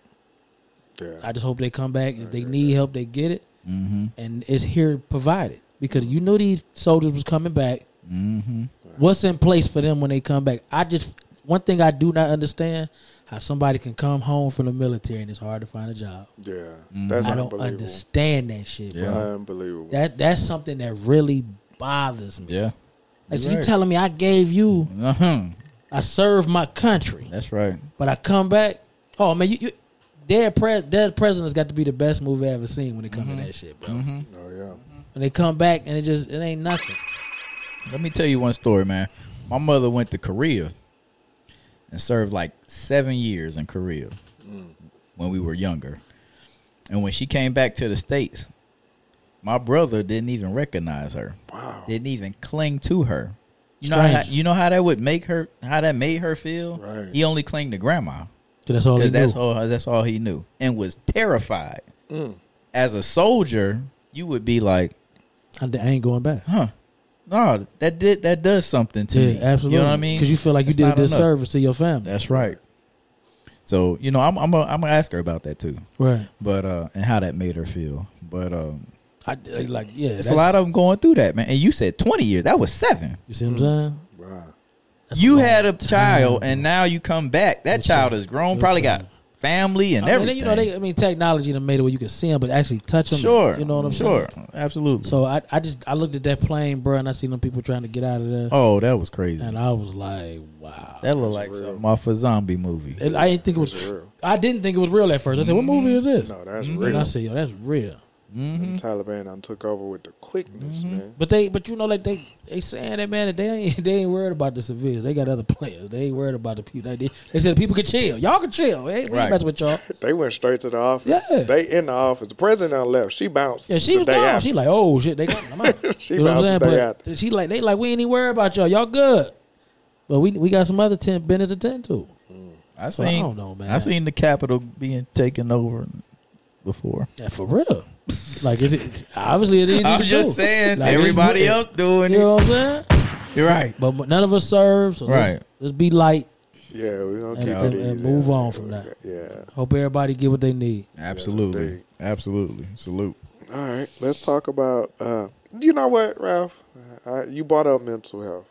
S2: Yeah.
S3: I just hope they come back. If they
S2: Right,
S3: need help, they get it,
S1: Mm-hmm.
S3: and it's here provided because you knew these soldiers was coming back.
S1: Mm-hmm.
S3: what's in place for them when they come back. I just one thing I do not understand how somebody can come home from the military and it's hard to find a job.
S2: yeah.
S1: Mhm.
S2: That's
S3: I don't
S2: unbelievable.
S3: understand that shit, bro.
S1: Yeah.
S2: Unbelievable.
S3: That that's something that really bothers me.
S1: Yeah.
S3: Like so
S1: You're
S3: you
S1: right.
S3: telling me I gave you,
S1: Uh-huh.
S3: I served my country,
S1: That's right.
S3: but I come back. Oh man, you, you dead pres dead president's got to be the best movie I ever seen when it comes to that shit, bro.
S1: Mm-hmm.
S2: oh yeah.
S3: When they come back and it just it ain't nothing.
S1: Let me tell you one story, man. My mother went to Korea and served like seven years in Korea Mm. when we were younger. And when she came back to the States, my brother didn't even recognize her.
S2: Wow.
S1: Didn't even cling to her. You know, how,
S3: Strange.
S1: you know how that would make her, how that made her feel.
S2: Right.
S1: He only clinged to grandma
S3: 'Cause that's all they
S1: because that's
S3: do.
S1: all that's all he knew, and was terrified.
S2: Mm.
S1: As a soldier, you would be like,
S3: I I ain't going back.
S1: huh. No, that did that does something to me.
S3: Yeah, absolutely.
S1: You know what I mean?
S3: Because you feel like you
S1: It's
S3: did a
S1: not enough.
S3: disservice to your family.
S1: That's right. So you know, I'm I'm gonna I'm gonna ask her about that too,
S3: Right.
S1: but uh, and how that made her feel. But um,
S3: I I- like yeah.
S1: it's
S3: that's-
S1: a lot of them going through that, man. And you said 20 years. That was seven.
S3: you see
S1: Mm.
S3: what I'm saying.
S2: Wow.
S3: That's
S1: you
S3: long
S1: had a
S3: time.
S1: child, and now you come back. That
S3: That's
S1: child
S3: it.
S1: is grown.
S3: That's
S1: Probably
S3: right.
S1: got family
S3: I
S1: and
S3: mean,
S1: everything.
S3: you know, they, I mean, technology done made it where you can see them, but actually touch them.
S1: sure,
S3: You know what I'm
S1: sure,
S3: saying?
S1: absolutely.
S3: So I, I just I looked at that plane, bro, and I seen them people trying to get out of there,
S1: oh, that was crazy.
S3: and I was like, wow.
S1: that looked like
S2: real.
S1: something off a zombie movie.
S3: And I didn't think it
S2: That's
S3: was.
S2: real.
S3: I didn't think it was real at first. I said, "What movie is this?" Mm-hmm.
S2: No, that's
S1: Mhm.
S2: real.
S3: and I said, "Yo, that's real."
S1: hmm
S2: The Taliban done took over with the quickness,
S1: Mm-hmm.
S2: man.
S3: But they, but you know, like they, they saying that man, that they ain't, they ain't worried about the civilians. They got other players. They ain't worried about the people. They, they said the people can chill. Y'all can chill. They, ain't- we
S1: Right.
S3: ain't messing with y'all.
S2: They went straight to the office.
S3: Yeah.
S2: They in the office. The president done left. She bounced.
S3: Yeah, she
S2: the
S3: was
S2: day
S3: gone.
S2: after.
S3: She like, oh shit, they got them out.
S2: She
S3: you know what I'm
S2: bounced the day
S3: saying?
S2: after.
S3: But she like, they like, we ain't even worried about y'all. Y'all good. But we we got some other ten business to tend to.
S1: I
S3: So
S1: seen.
S3: I don't know, man.
S1: I seen the Capitol being taken over before.
S3: Yeah, for real. like, is it obviously it's easy
S1: I'm
S3: to
S1: just
S3: do.
S1: saying,
S3: Like, it's-
S1: everybody else doing
S3: You know
S1: it.
S3: what I'm saying?
S1: You're right.
S3: But but none of us serve. So
S1: Right.
S3: Let's, let's be light.
S2: Yeah, we gonna
S3: And-
S2: keep
S1: and-
S2: it
S3: and
S2: easy.
S3: move on from that.
S2: Yeah.
S3: Hope everybody get what they need.
S1: Absolutely.
S2: indeed.
S1: Absolutely. Salute.
S2: All right, let's talk about. Uh, you know what, Ralph? Uh, I, you brought up mental health,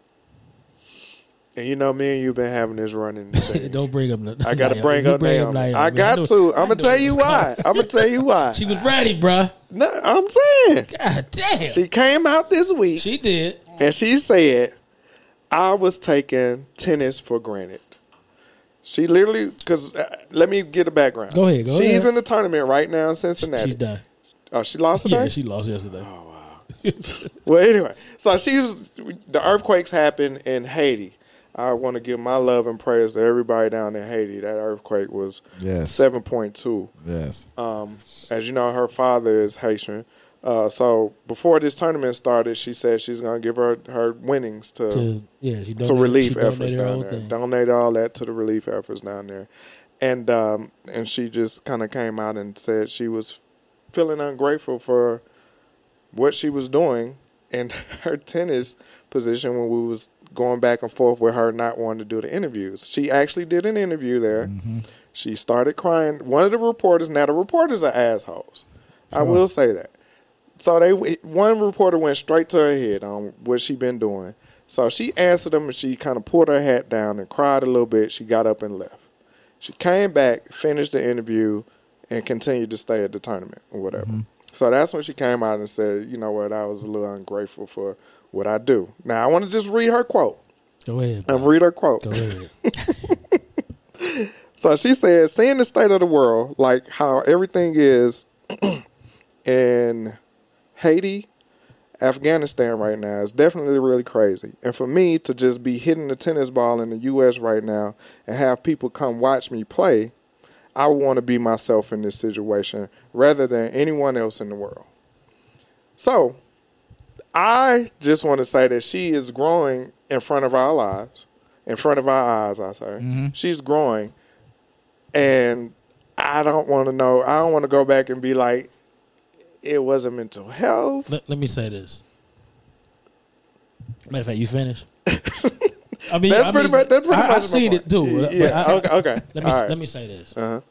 S2: and you know me and you've been having this running. Thing.
S3: Don't bring up. Naomi.
S2: I got to bring
S3: You
S2: up Naomi. I
S3: man.
S2: got
S3: knew-
S2: to.
S3: I
S2: I'm gonna
S3: knew
S2: tell
S3: it
S2: you
S3: was
S2: why. I'm gonna tell you why.
S3: coming. She was ready, bruh.
S2: No, I'm saying
S3: God damn. She,
S2: she came out this week
S3: did.
S2: and she said, "I was taking tennis for granted." She literally, because uh, let me get the background.
S3: Go ahead, go
S2: She's
S3: ahead.
S2: in the tournament right now in Cincinnati.
S3: She's done.
S2: Oh, she lost today.
S3: Yeah, she lost
S2: Oh,
S3: yesterday.
S2: well, anyway, so she was. The earthquakes happened in Haiti. I want to give my love and prayers to everybody down in Haiti. That earthquake was
S1: Yes.
S2: seven point two.
S1: Yes.
S2: Um, as you know, her father is Haitian. Uh, so before this tournament started, she said she's gonna give her her winnings to
S3: to yeah, she donated,
S2: to
S3: she
S2: relief
S3: donated
S2: efforts
S3: her
S2: down
S3: whole
S2: there.
S3: thing.
S2: Donate all that to the relief efforts down there, and um, and she just kind of came out and said she was feeling ungrateful for what she was doing and her tennis position when we was going back and forth with her not wanting to do the interviews. She actually did an interview there. She started crying. One of the reporters. Now the reporters are assholes. I will say that. So they one reporter went straight to her head on what she been doing. So she answered him and she kind of pulled her hat down and cried a little bit. She got up and left. She came back, finished the interview, and continued to stay at the tournament or whatever.
S3: Mm-hmm.
S2: So that's when she came out and said, you know what, I was a little ungrateful for what I do. Now I want to just read her quote.
S3: Go ahead.
S2: And read her quote.
S3: Go ahead.
S2: So she said, seeing the state of the world, like how everything is in Haiti, Afghanistan right now, is definitely really crazy. And for me to just be hitting the tennis ball in the US right now and have people come watch me play, I want to be myself in this situation rather than anyone else in the world. So I just want to say that she is growing in front of our lives, in front of our eyes, I say. She's growing. And I don't want to know, I don't want to go back and be like, it wasn't mental health.
S3: let, let me say this. Matter of fact, you finish. I mean,
S2: That's
S3: I
S2: pretty
S3: mean,
S2: much- that's pretty
S3: I,
S2: much
S3: I've
S2: my
S3: seen
S2: point.
S3: it too. but-
S2: Yeah,
S3: but I-
S2: okay, okay.
S3: Let me
S2: All right.
S3: let me say this.
S2: Uh-huh.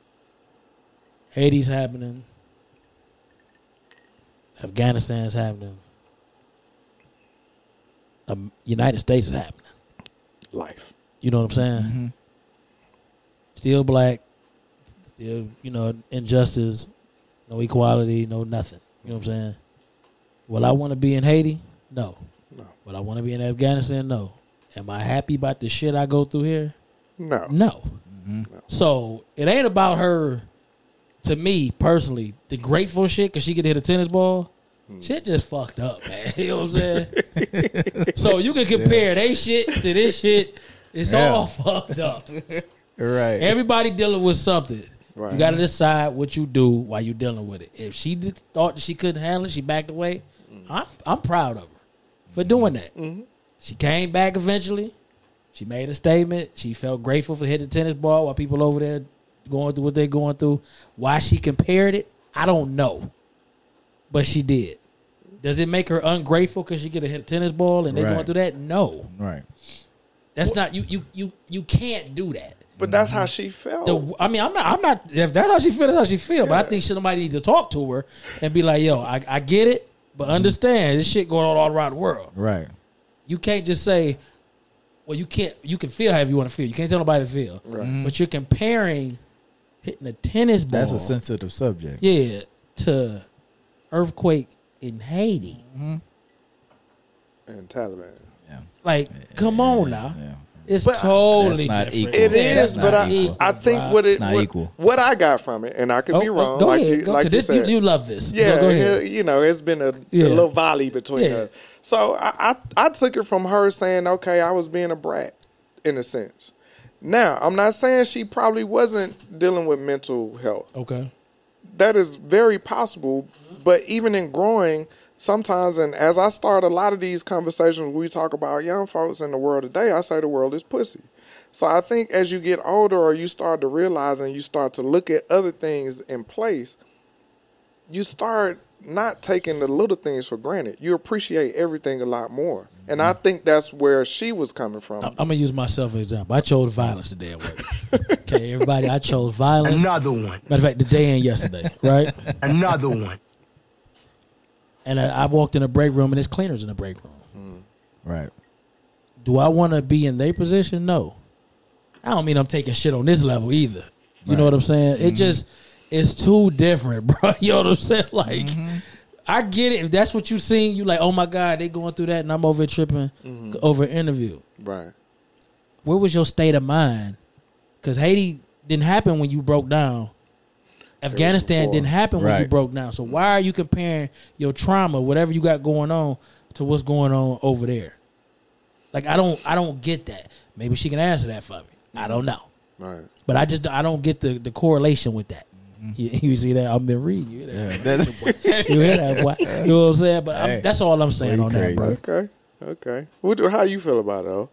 S3: Haiti's happening. Afghanistan's happening. Um, United States is happening.
S2: Life.
S3: You know what I'm saying?
S1: Mhm.
S3: Still black. Still, you know, injustice. No equality. No nothing. You know what I'm saying? Will I want to be in Haiti? No.
S2: No.
S3: Will I want to be in Afghanistan? No. Am I happy about the shit I go through here?
S2: No.
S3: No.
S1: Mhm.
S3: So it ain't about her. To me personally, the grateful shit because she could hit a tennis ball. Shit just fucked up, man. You know what I'm saying? so you can compare they shit to this shit. It's
S1: Yeah.
S3: all fucked up.
S1: Right.
S3: Everybody dealing with something.
S2: Right.
S3: You got to decide what you do while you're dealing with it. If she did, thought that she couldn't handle it, she backed away. I'm I'm proud of her for doing that.
S2: Mm-hmm.
S3: She came back eventually. She made a statement. She felt grateful for hitting the tennis ball while people over there going through what they're going through. Why she compared it, I don't know, but she did. Does it make her ungrateful because she get to hit a tennis ball and they're going
S1: Right.
S3: through that? No,
S1: right.
S3: that's not you. You you you can't do that.
S2: But that's how she felt.
S3: The, I mean, I'm not. I'm not. If that's how she feels, that's how she feels. But I think somebody need to talk to her and be like, "Yo, I, I get it, but understand this shit going on all around the world.
S1: Right.
S3: You can't just say, well, you can't. You can feel however you want to feel. You can't tell nobody to feel.
S2: Right.
S3: But you're comparing hitting a tennis ball.
S1: That's a sensitive subject.
S3: Yeah, to earthquake in Haiti.
S2: and Taliban.
S1: Yeah.
S3: Like, come on now,
S1: Yeah.
S3: it's
S2: But-
S1: That's
S3: totally
S1: not
S3: different.
S1: equal.
S2: It
S1: Yeah,
S2: is,
S1: that's
S2: but
S1: not
S2: I,
S1: equal.
S2: I think what it
S1: not
S2: what,
S1: equal.
S2: what I got from it, and I could
S3: Oh,
S2: be
S3: oh,
S2: wrong.
S3: go
S2: like
S3: ahead.
S2: you,
S3: Go-
S2: like
S3: 'cause
S2: you
S3: this- you,
S2: said.
S3: you love this.
S2: yeah,
S3: so go ahead.
S2: it- you know, it's been a,
S3: Yeah.
S2: a little volley between
S3: Yeah.
S2: us. So I, I I took it from her saying, okay, I was being a brat, in a sense. Now I'm not saying she probably wasn't dealing with mental health.
S3: Okay.
S2: that is very possible. But even in growing, sometimes, and as I start a lot of these conversations, we talk about young folks in the world today. I say the world is pussy. So I think as you get older, or you start to realize, and you start to look at other things in place, you start not taking the little things for granted. You appreciate everything a lot more. And I think that's where she was coming from.
S3: I'm gonna use myself as an example. I chose violence today at work. okay, everybody, I chose violence.
S4: Another one.
S3: Matter of fact, today and yesterday, right?
S4: Another one.
S3: And I, I walked in a break room, and there's cleaners in the break room.
S1: Right.
S3: Do I want to be in their position? No. I don't mean I'm taking shit on this level either. You know what I'm saying? It just it's too different, bro. You know what I'm saying? Like I get it. If that's what you seen, you like, oh my god, they going through that, and I'm over here tripping over an interview.
S2: right.
S3: where was your state of mind? Because Haiti didn't happen when you broke down. Afghanistan
S2: before.
S3: didn't happen when you
S1: Right.
S3: broke down. So why are you comparing your trauma, whatever you got going on, to what's going on over there? Like I don't, I don't get that. Maybe she can answer that for me. I don't know,
S2: Right.
S3: but I just, I don't get the the correlation with that. You, you see that? I've been reading you. Hear
S1: Mm-hmm. Yeah.
S3: that?
S1: That-
S3: You hear that? Boy? You know what I'm saying? But I'm-
S1: Hey.
S3: that's all I'm
S1: Boy,
S3: saying
S1: you
S3: on
S1: crazy.
S3: that, bro.
S2: Okay. Okay. What, do- how you feel about it, though?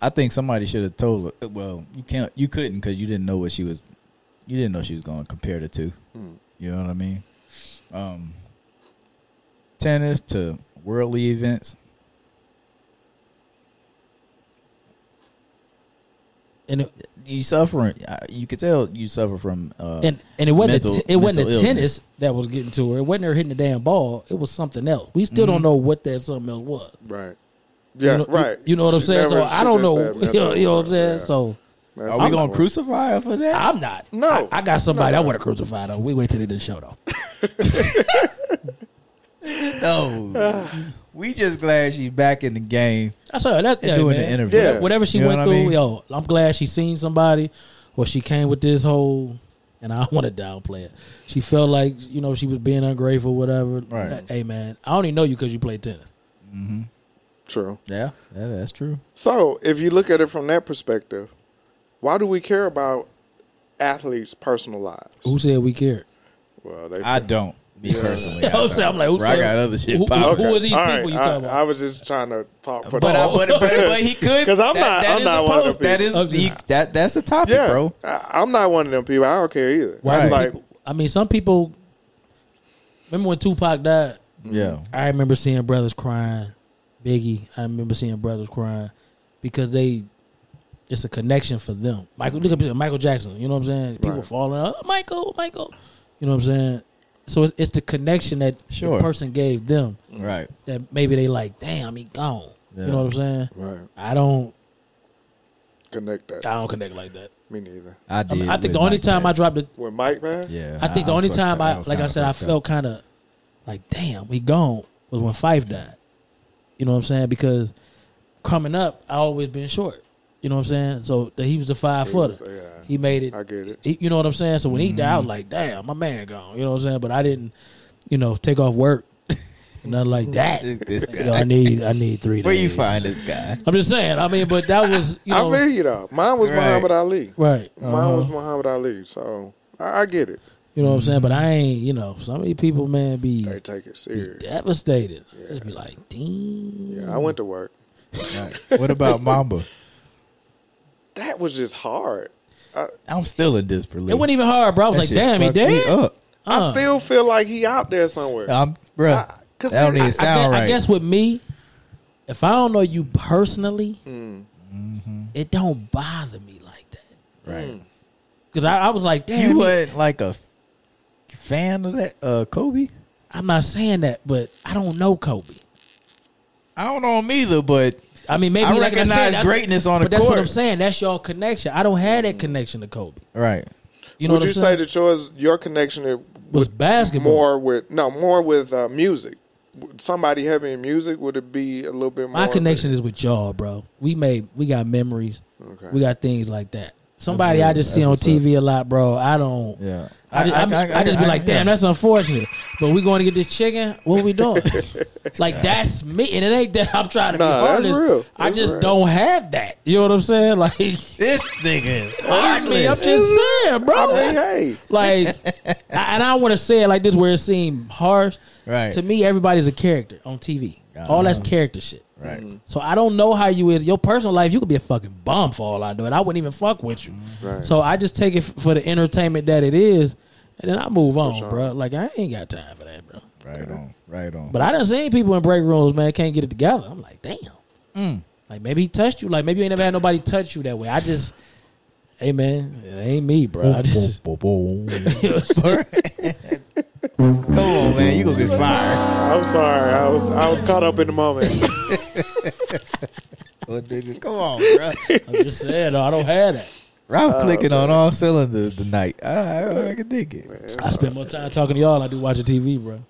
S1: I think somebody should have told her. Well, you can't. You couldn't because you didn't know what she was. You didn't know she was going to compare the two. You know what I mean? Um, tennis to worldly events.
S3: And it,
S1: You suffering. I- You could tell you suffer from. Uh,
S3: and and it wasn't
S1: mental-
S3: a t- it wasn't
S1: mental
S3: the tennis
S1: illness.
S3: that was getting
S1: Mm-hmm.
S3: to her. It wasn't her hitting the damn ball. It was something else. We still don't know what that something else was.
S2: Right. Yeah,
S3: you know,
S2: right.
S3: You, you know what I'm
S2: She
S3: saying? So
S2: never- she
S3: I don't
S2: just
S3: know.
S2: said
S3: You know, you know what I'm saying?
S2: yeah.
S3: So
S2: That's
S1: Are we
S2: I'm
S1: gonna
S2: not-
S1: crucify her for that?
S3: I'm not.
S2: No.
S3: I, I got somebody
S2: No.
S3: I want to crucify though. We wait till they do the show though.
S1: no. we just glad she's back in the game
S3: I saw that.
S1: and
S3: Yeah,
S1: doing
S3: man.
S1: the interview.
S2: Yeah.
S3: Whatever she
S1: You know
S3: went
S1: what I
S3: through,
S1: mean?
S3: yo, I'm glad she seen somebody, or she came with this whole. And I want to downplay it. She felt like you know she was being ungrateful, whatever.
S1: Right.
S3: Hey man, I only know you because you play tennis.
S1: hmm
S2: True.
S1: Yeah, that, that's true.
S2: So if you look at it from that perspective, why do we care about athletes' personal lives?
S3: Who said we cared?
S2: Well, they
S1: I don't. Me personally,
S3: You know
S1: I,
S3: what I'm saying? I'm like, who
S1: Bro, I
S3: said-
S1: got other shit
S3: who- who-
S1: popping.
S3: who is these
S2: All
S3: people you
S2: I,
S3: talking about?
S2: I was just trying to talk. Put
S1: But, I,
S2: on.
S1: but, but but he could
S2: 'Cause I'm
S1: that,
S2: not-
S1: that
S2: I'm
S1: is
S2: not
S1: a
S2: one of
S1: post.
S2: the
S1: That is
S3: people.
S1: the, that that's the topic,
S2: yeah,
S1: bro.
S2: I, I'm not one of them people. I don't care either.
S1: Why
S3: Why
S1: do
S2: like,
S3: people, I mean, some people. Remember when Tupac died?
S1: Yeah,
S3: I remember seeing brothers crying. Biggie, I remember seeing brothers crying because they, it's a connection for them. Michael, look at Michael Jackson. You know what I'm saying? People
S2: Right.
S3: falling, oh, Michael, Michael. You know what I'm saying? So it's, it's the connection that
S1: Sure.
S3: the person gave them
S1: right.
S3: that maybe they like. Damn, he gone.
S1: Yeah.
S3: You know what I'm saying?
S2: right,
S3: I don't,
S2: connect that.
S3: I don't connect like that.
S2: Me neither.
S1: I
S3: I,
S1: did.
S3: mean, I think
S1: with
S3: the only
S1: Mike
S3: time I
S1: Jackson.
S3: dropped it,
S2: With Mike, man.
S1: Yeah,
S3: I think the only
S1: was
S3: time
S1: fucked up.
S3: I,
S1: was
S3: like I
S1: kinda
S3: said, I
S1: fucked up.
S3: felt kind of like, damn, we gone was when Fife died. You know what I'm saying? Because coming up, I always been short. You know what I'm saying? So that he was a five
S2: He was-
S3: footer.
S2: yeah.
S3: He made it.
S2: I get it.
S3: he- you know what I'm saying? So when he died, I was like, damn, my man gone. You know what I'm saying? But I didn't, you know, take off work, nothing like that.
S1: This- this
S3: You know, I
S1: guy.
S3: need, I need three.
S1: Where you
S3: days.
S1: find this guy?
S3: I'm just saying. I mean, but that was, you know, Uh-huh.
S2: I feel you though. Mine was
S1: Right.
S2: Muhammad Ali.
S3: right.
S2: Mine was Muhammad Ali. So I, I get it.
S3: You know what I'm saying? But I ain't, you know, some of these people, man, be
S2: They take it serious.
S3: devastated. Just be like, damn.
S2: Yeah, I went to work.
S1: Right. What about Mamba?
S2: That was just hard.
S1: I'm still in disbelief.
S3: It wasn't even hard, bro. I was like, damn, he dead.
S1: Me up.
S2: I
S3: Uh.
S2: still feel like he out there somewhere.
S1: I'm, bruh,
S2: I- Uh, 'cause
S1: that don't
S2: he-
S1: even
S2: I- I
S3: I, guess,
S1: sound right.
S3: I guess with me, if I don't know you personally,
S1: Hmm.
S3: it don't bother me like that.
S1: right.
S3: Because I, I was like, damn,
S1: You
S3: he-
S1: wasn't like a fan of that uh, Kobe.
S3: I'm not saying that, but I don't know Kobe.
S1: I don't know him either, but
S3: I mean, maybe
S1: I
S3: like
S1: recognize
S3: said, that's-
S1: greatness on the
S3: But that's what
S1: court. Hmm.
S3: I'm saying. That's your connection. I don't have that connection to Kobe.
S1: right.
S3: You know
S2: Would
S3: what
S2: you
S3: I'm
S2: say
S3: saying?
S2: that yours, your connection it
S3: was basketball.
S2: more with no more with uh, music? Would Somebody having music would it be a little bit more?
S3: My
S2: of a-
S3: connection is with y'all, bro. We made we got memories.
S2: Okay.
S3: We got things like that. Somebody I
S1: real.
S3: just see
S1: That's
S3: on
S1: what's
S3: TV a lot, bro. I don't.
S1: Yeah.
S3: I, just, I, just- I just be like, damn,
S1: yeah.
S3: that's unfortunate. But we going to get this chicken. What we doing? like that's me, and it ain't that I'm trying to
S2: Nah,
S3: be
S2: that's
S3: honest.
S2: real.
S3: I
S2: That's
S3: just
S2: real.
S3: don't have that. You know what I'm saying? Like, I
S1: this nigga is
S3: mean, I'm
S1: heartless.
S3: just saying,
S2: I
S3: bro.
S2: mean, hey,
S3: Like, I, and I want to say it like this, where it seemed harsh.
S1: Right.
S3: To me, everybody's a character on TV. All that's character shit.
S1: Right.
S3: So I don't know how you is. Your personal life, you could be a fucking bum for all I know, and I wouldn't even fuck with you.
S2: Right.
S3: So I just take it f- for the entertainment that it is, and then I move on,
S2: sure.
S3: bro. Like I ain't got time for that, bro.
S1: Right on. Right on.
S3: But I done seen people in break rooms, man, can't get it together. I'm like, damn. Like maybe he touched you. Like maybe you ain't never had nobody touch you that way. I just, hey man, it ain't me, bro. I just.
S1: Boom, boom, boom, boom. Come on, man. You gonna get fired.
S2: I'm sorry. I was I was caught up in the moment.
S1: Oh, nigga. Come on, bro.
S3: I'm just saying, though, I don't have that.
S1: I'm clicking on all cylinders tonight. I, I, I can dig it.
S3: I spend more time talking to y'all than I do watching TV, bro.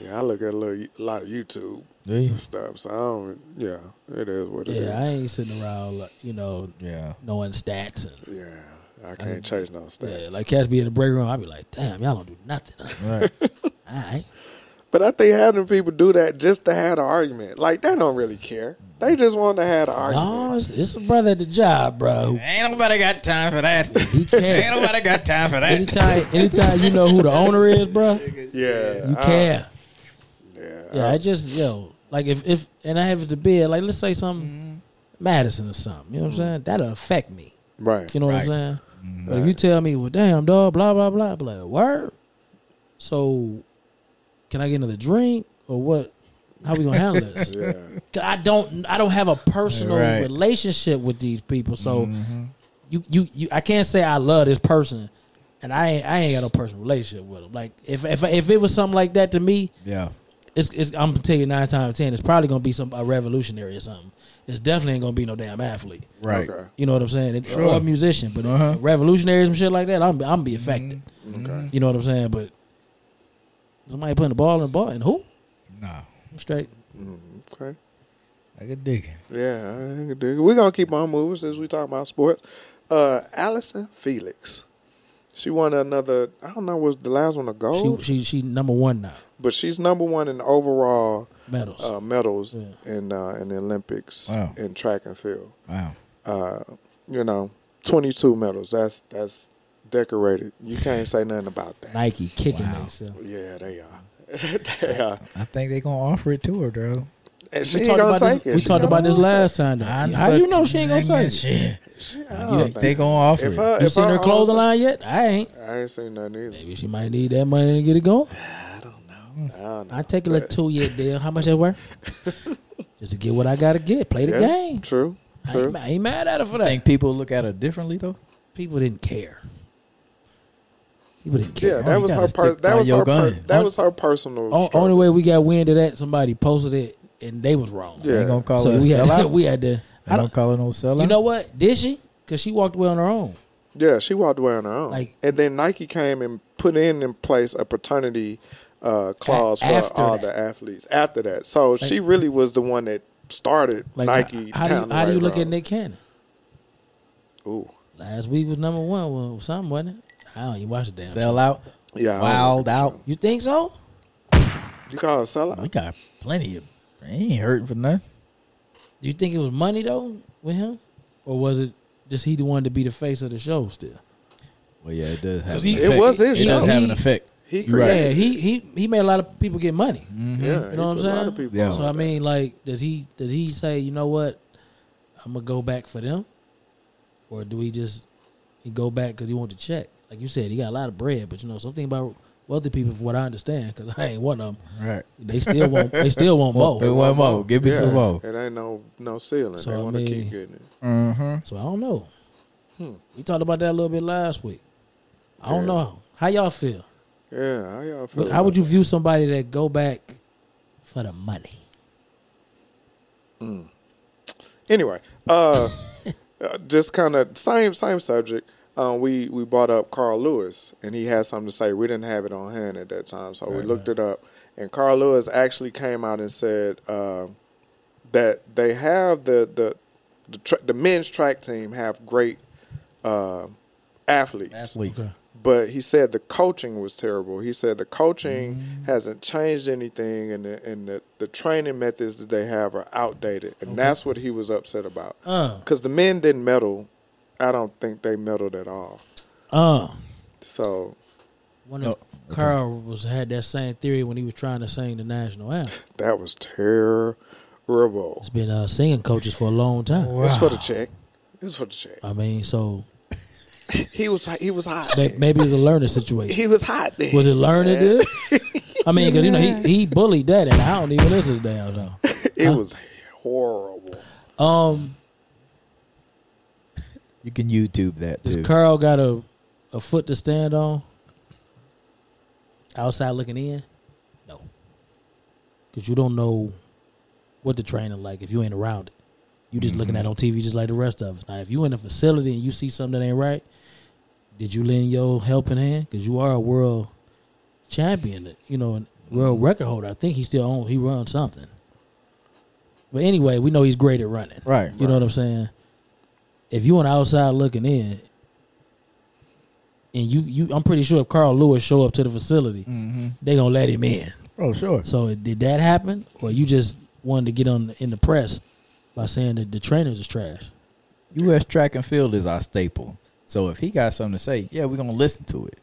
S2: yeah, I look at a, little, a lot of YouTube
S1: Do you?
S2: stuff. So I don't. Yeah, it is what it is.
S3: Yeah, I ain't sitting around, like, you know,
S1: Yeah.
S3: knowing stats and
S2: Yeah, I can't change no stats.
S3: yeah, like cats be in the break room. I be like, damn, y'all don't do nothing.
S1: Right.
S3: All right,
S2: But I think having people do that just to have an argument, like they don't really care. They just want to have an argument.
S3: no, it's, it's a brother at the job, bro.
S1: Ain't nobody got time for that.
S3: He can't.
S1: nobody got time for
S3: anytime, anytime you know who the owner is, bro, you
S2: yeah, I-
S3: care.
S2: yeah,
S3: Yeah,
S2: I-
S3: I just yo, like if if and I have it to be like, let's say something Madison or something. You know what I'm saying? That'll affect me.
S2: right.
S3: You know what I'm saying? But if you tell me, well, damn, dog, blah blah blah, blah, like, word. So, can I get another drink or what? How we gonna handle this?
S2: yeah,
S3: 'Cause I don't, I don't have a personal
S1: Right. Mm-hmm.
S3: relationship with these people, so you, you, you, I can't say I love this person, and I, ain't, I ain't got no personal relationship with them. Like if, if, if it was something like that to me,
S1: Yeah.
S3: it's, it's I'm gonna tell you nine times out of ten, it's probably gonna be some a revolutionary or something. It's definitely ain't gonna be no damn athlete.
S1: Right.
S2: Okay.
S3: You know what I'm saying? It,
S1: Sure.
S3: Or a musician, but
S1: Uh-huh. Mm-hmm.
S3: uh revolutionaries and shit like that, I'm I'm be affected.
S2: Okay.
S3: You know what I'm saying? But somebody putting the ball in the ball and who?
S1: Nah.
S3: I'm straight.
S2: Mm, okay.
S1: I could dig it.
S2: Yeah, I can dig it. we're gonna keep on moving since we talking about sports. Uh, Allison Felix, she won another. I don't know was the last one a gold,
S3: She she she number one now.
S2: but she's number one in overall
S3: Medals.
S2: uh, medals
S3: Yeah.
S2: in uh, in the Olympics
S1: Wow.
S2: in track and field.
S1: Wow.
S2: Uh, you know, twenty two medals. That's that's decorated. You can't say nothing about that.
S3: Nike kicking
S1: Wow.
S3: themselves.
S2: Yeah, they are. they are.
S1: I think they gonna offer it to her, bro.
S2: And she
S3: We
S2: ain't
S3: talked
S2: gonna
S3: about
S2: take
S3: this.
S2: it.
S3: We
S2: She
S3: talked
S2: gonna
S3: about this
S2: lose it.
S3: last time. though.
S1: I
S3: How
S1: know-
S3: you know she ain't gonna
S1: Dang it,
S3: take it?
S1: shit.
S2: She, I
S1: You
S2: don't
S1: think they
S2: think-
S1: gonna offer
S2: If
S1: it?
S2: her,
S3: You
S2: if
S3: seen her
S2: her honestly-
S3: clothing line yet? I ain't.
S2: I ain't seen nothing either.
S3: Maybe she might need that money to get it going.
S2: I don't know. I don't know.
S3: I take a little two year deal. How much that worth? Just to get what I gotta get. Play the
S2: Yeah,
S3: game.
S2: True.
S3: I
S2: True.
S3: ain't, I ain't mad at her for that.
S1: Think people look at her differently though?
S3: People didn't care. People didn't care.
S2: Yeah, that
S1: you
S2: was
S1: gotta
S2: her. Per-
S1: stick by
S2: that was
S1: your
S2: her. Per-
S1: gun.
S2: that was her personal.
S3: O-
S2: struggle.
S3: only way we got wind of that, somebody posted it and they was wrong.
S2: Yeah.
S1: They gonna call
S3: So
S1: her a
S3: we had,
S1: sellout.
S3: we had to.
S1: I
S3: I
S1: don't
S3: don't,
S1: call her no sellout.
S3: you know what? Did she? Because she walked away on her own.
S2: Yeah, she walked away on her own.
S3: Like-
S2: and then Nike came and put in in place a paternity uh, clause
S3: A-
S2: for
S3: after
S2: all
S3: that.
S2: the athletes after that. So she really was the one that started
S3: Like
S2: Nike.
S3: How, how do
S2: down
S3: you,
S2: the
S3: how do you
S2: right
S3: look at
S2: road.
S3: Nick Cannon?
S2: Ooh,
S3: Last week was number one. Well, something wasn't it? I don't even watch the damn. show.
S1: sell out,
S2: yeah,
S1: wild out.
S3: You think so?
S2: You call it a sellout?
S1: We got plenty of. He ain't hurting for nothing.
S3: Do you think it was money though with him, or was it just he the one to be the face of the show still?
S1: Well, yeah, it does. Have
S3: 'Cause
S1: an
S3: he-
S1: effect.
S2: It was his
S1: It does
S3: show.
S1: have an
S3: He-
S1: effect.
S2: He
S1: You right.
S2: created.
S3: Yeah, he he he made a lot of people get money.
S1: Mm-hmm.
S2: Yeah,
S3: You
S2: he
S3: know what I'm
S2: put A lot of
S3: saying?
S2: people
S1: Yeah.
S2: on
S3: So I
S2: that.
S3: mean, like, does he does he say, you know what, I'm gonna go back for them, or do he just he go back because he want the check? Like you said, he got a lot of bread, but you know something about wealthy people, from what I understand, because I ain't one of them.
S1: Right.
S3: They still want they still want
S1: Well,
S3: more.
S1: one more. Give me
S2: yeah,
S1: some more.
S2: It ain't no no ceiling.
S3: So,
S2: they
S3: I
S2: want to keep
S3: mean-
S2: getting it.
S1: Mm-hmm.
S3: So I don't know.
S2: Hmm.
S3: We talked about that a little bit last week. I don't
S2: Yeah.
S3: know how y'all feel.
S2: Yeah, how y'all
S3: But
S2: feel?
S3: how would you
S2: about
S3: view somebody that go back for the money?
S2: that? Mm. Anyway, uh, uh, just kind of same same subject. Um, we we brought up Carl Lewis, and he had something to say. We didn't have it on hand at that time, so we looked it up. And Carl Lewis actually came out and said uh, that they have the the the, tra- the men's track team have great uh, athletes.
S3: Okay.
S2: but he said the coaching was terrible. He said the coaching
S3: Mm.
S2: hasn't changed anything, and the, and the, the training methods that they have are outdated, and that's what he was upset about.
S3: Uh,
S2: Because the men didn't medal, I don't think they medaled at all.
S3: uh.
S2: So
S3: Wonder if Carl was had that same theory when he was trying to sing the national anthem.
S2: that was terrible.
S3: It's been uh, singing coaches for a long time.
S2: It's for the check. It's for the check.
S3: I mean, so
S2: He was he was hot.
S3: may- maybe it's a learning situation.
S2: He was hot. Then.
S3: Was it learning? Dude? I mean, because you know he, he bullied that, and I don't even listen to that though.
S2: It was horrible.
S3: Um,
S1: You can YouTube that
S3: does
S1: too.
S3: Carl got a a foot to stand on? Outside looking in, no, because you don't know what the training like if you ain't around it. You just
S1: Mm-hmm.
S3: looking at it on TV, just like the rest of us. Now, if you in a facility and you see something that ain't right, did you lend your helping hand? Because you are a world champion, you know, and
S1: Mm-hmm.
S3: world record holder. I think he still own he runs something. But anyway, we know he's great at running.
S1: right.
S3: You know what I'm saying? If you on the outside looking in, and you you, I'm pretty sure if Carl Lewis show up to the facility,
S1: Mm-hmm.
S3: they gonna let him in.
S1: Oh, sure.
S3: So did that happen, or you just wanted to get on in the press by saying that the trainers is trash?
S1: U.S. track and field is our staple. So if he got something to say, yeah, we're gonna listen to it.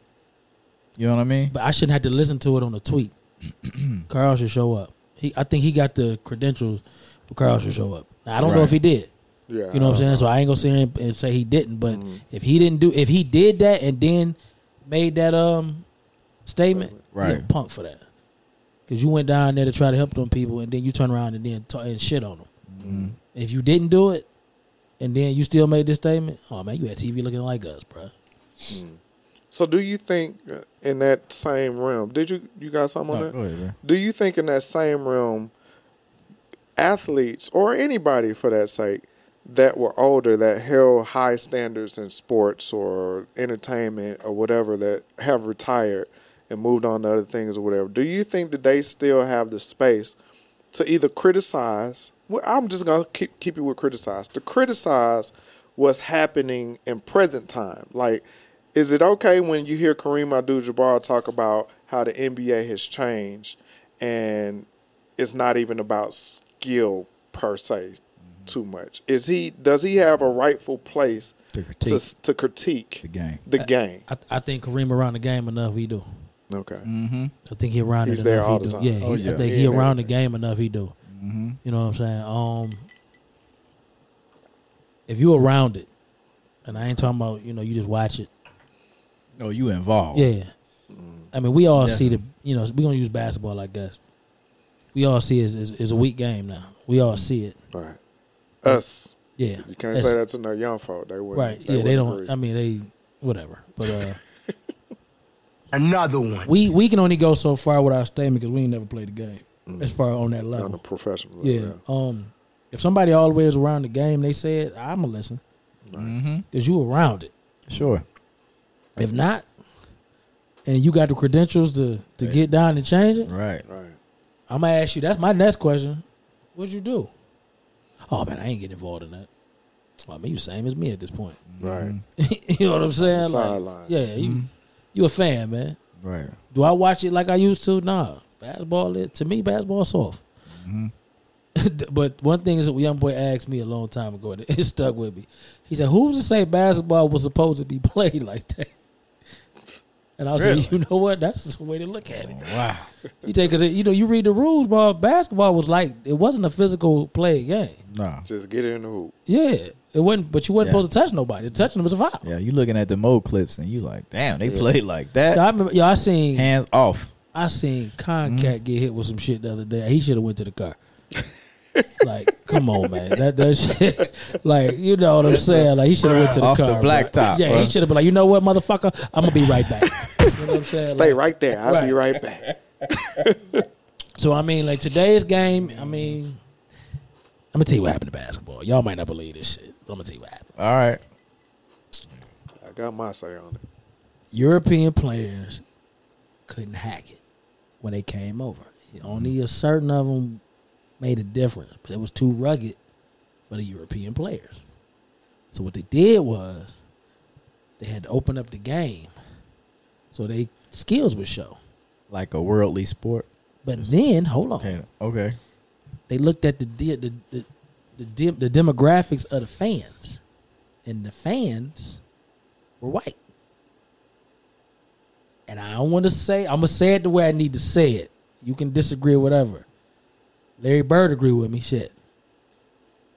S1: You know what I mean?
S3: But I shouldn't have to listen to it on a tweet. Carl should show up. He, I think he got the credentials. For Carl should show up. Now, I don't know
S1: Right. Uh-huh.
S3: if he did.
S2: Yeah, Mm.
S3: You know what I'm
S2: I
S3: saying?
S2: don't
S3: So I ain't gonna sit here and- and say he didn't, but if he didn't do, if he did that and then made that um statement,
S1: Right.
S3: you're a punk for that. Because you went down there to try to help them people, and then you turn around and then ta and shit on them.
S1: Mm-hmm.
S3: If you didn't do it, and then you still made this statement, oh man, you had TV looking like us, bro.
S2: know. Mm. So do you think uh, in that same realm? Did you you got something on
S1: No,
S2: that?
S1: go ahead, bro.
S2: Do you think in that same realm, athletes or anybody for that sake that were older that held high standards in sports or entertainment or whatever that have retired and moved on to other things or whatever, do you think that they still have the space to either criticize? Well, I'm just gonna keep keep it with criticize to criticize what's happening in present time, like is it okay when you hear Kareem Abdul-Jabbar talk about how the NBA has changed and it's not even about skill per se too much? Is he does he have a rightful place
S1: To
S2: to
S1: critique
S2: to critique
S1: the game.
S2: the game?
S3: I, I think Kareem around the game enough. He do.
S2: Okay.
S1: Mm-hmm.
S3: I think he around
S2: He's
S3: it
S2: there
S3: enough.
S2: all
S3: he
S2: the
S3: do.
S2: time.
S3: Yeah,
S1: Oh,
S3: he,
S1: yeah.
S3: I think he
S2: Yeah,
S3: around the game enough. He do.
S1: Mm-hmm.
S3: You know what I'm saying? Um, if you around it, and I ain't talking about you know you just watch it.
S1: Oh, you involved.
S3: Yeah,
S2: Mm.
S3: I mean we all see the
S1: Definitely.
S3: you know we gonna use basketball I guess. We all see it is is a weak game now. We all see it.
S2: All right. Us.
S3: Yeah,
S2: Mm. You can't
S3: That's-
S2: say that to no young folk. They wouldn't.
S3: right. yeah,
S2: wouldn't
S3: they don't.
S2: agree.
S3: I mean they whatever. But uh,
S4: Another one.
S3: we we can only go so far with our statement because we ain't never played the game
S2: Mm.
S3: as far on that
S2: on
S3: level.
S2: a professional level.
S3: Yeah. Um, if somebody always around the game, they said I'ma listen
S1: Mm-hmm.
S3: because you around it.
S1: Sure.
S2: Mm.
S3: If not, and you got the credentials to to get down and change it,
S1: Right.
S2: Right.
S3: I'm gonna ask you. That's my next question. What'd you do? Oh man, I ain't getting involved in that. Well, I mean, you same as me at this point.
S2: Right.
S3: you know what I'm saying? Like,
S2: Sideline.
S3: yeah, you
S1: Mhm.
S3: you a fan, man.
S1: Right.
S3: Do I watch it like I used to? Nah. Basketball is to me, basketball soft.
S1: Mhm.
S3: but one thing is that a young boy asked me a long time ago, and it stuck with me. He said, "Who's to say basketball was supposed to be played like that?" And I was
S1: Really?
S3: like, "You know what? That's just the way to look at it."
S1: Wow.
S3: You take because you know you read the rules, but basketball was like it wasn't a physical play game.
S1: No.
S2: Just get it in the hoop.
S3: Yeah, it wasn't. But you wasn't
S1: Yeah.
S3: supposed to touch nobody. Touching was a foul.
S1: Yeah, you looking at the mo clips and you like, damn, they played like
S3: Yo,
S1: that.
S3: I remember. Yo, I seen.
S1: Hands off.
S3: I seen Concat
S1: Mm-hmm.
S3: get hit with some shit the other day. He should have went to the car. like, come on, man. That that shit. Like, you know what I'm saying? Like, he should have went to the
S1: Off the
S3: car. bro.
S1: blacktop,
S3: Yeah,
S1: bro.
S3: he should have been like, you know what, motherfucker, I'm gonna be right back. you know what I'm saying?
S2: Stay
S3: Like,
S2: right there. I'll be right back.
S3: So I mean, like today's game. I mean, I'm gonna tell you what happened to basketball. Y'all might not believe this shit, but I'm gonna tell you what happened.
S1: All right.
S2: I got my say on it.
S3: European players couldn't hack it when they came over. Only a certain of them made a difference, but it was too rugged for the European players. So what they did was they had to open up the game so they skills would show.
S1: Like a worldly sport.
S3: But then, hold on,
S1: Okay. Okay.
S3: they looked at the de- the the the, dem- the demographics of the fans, and the fans were white. And I don't want to say I'm gonna say it the way I need to say it. You can disagree, whatever. Larry Bird agree with me. Shit.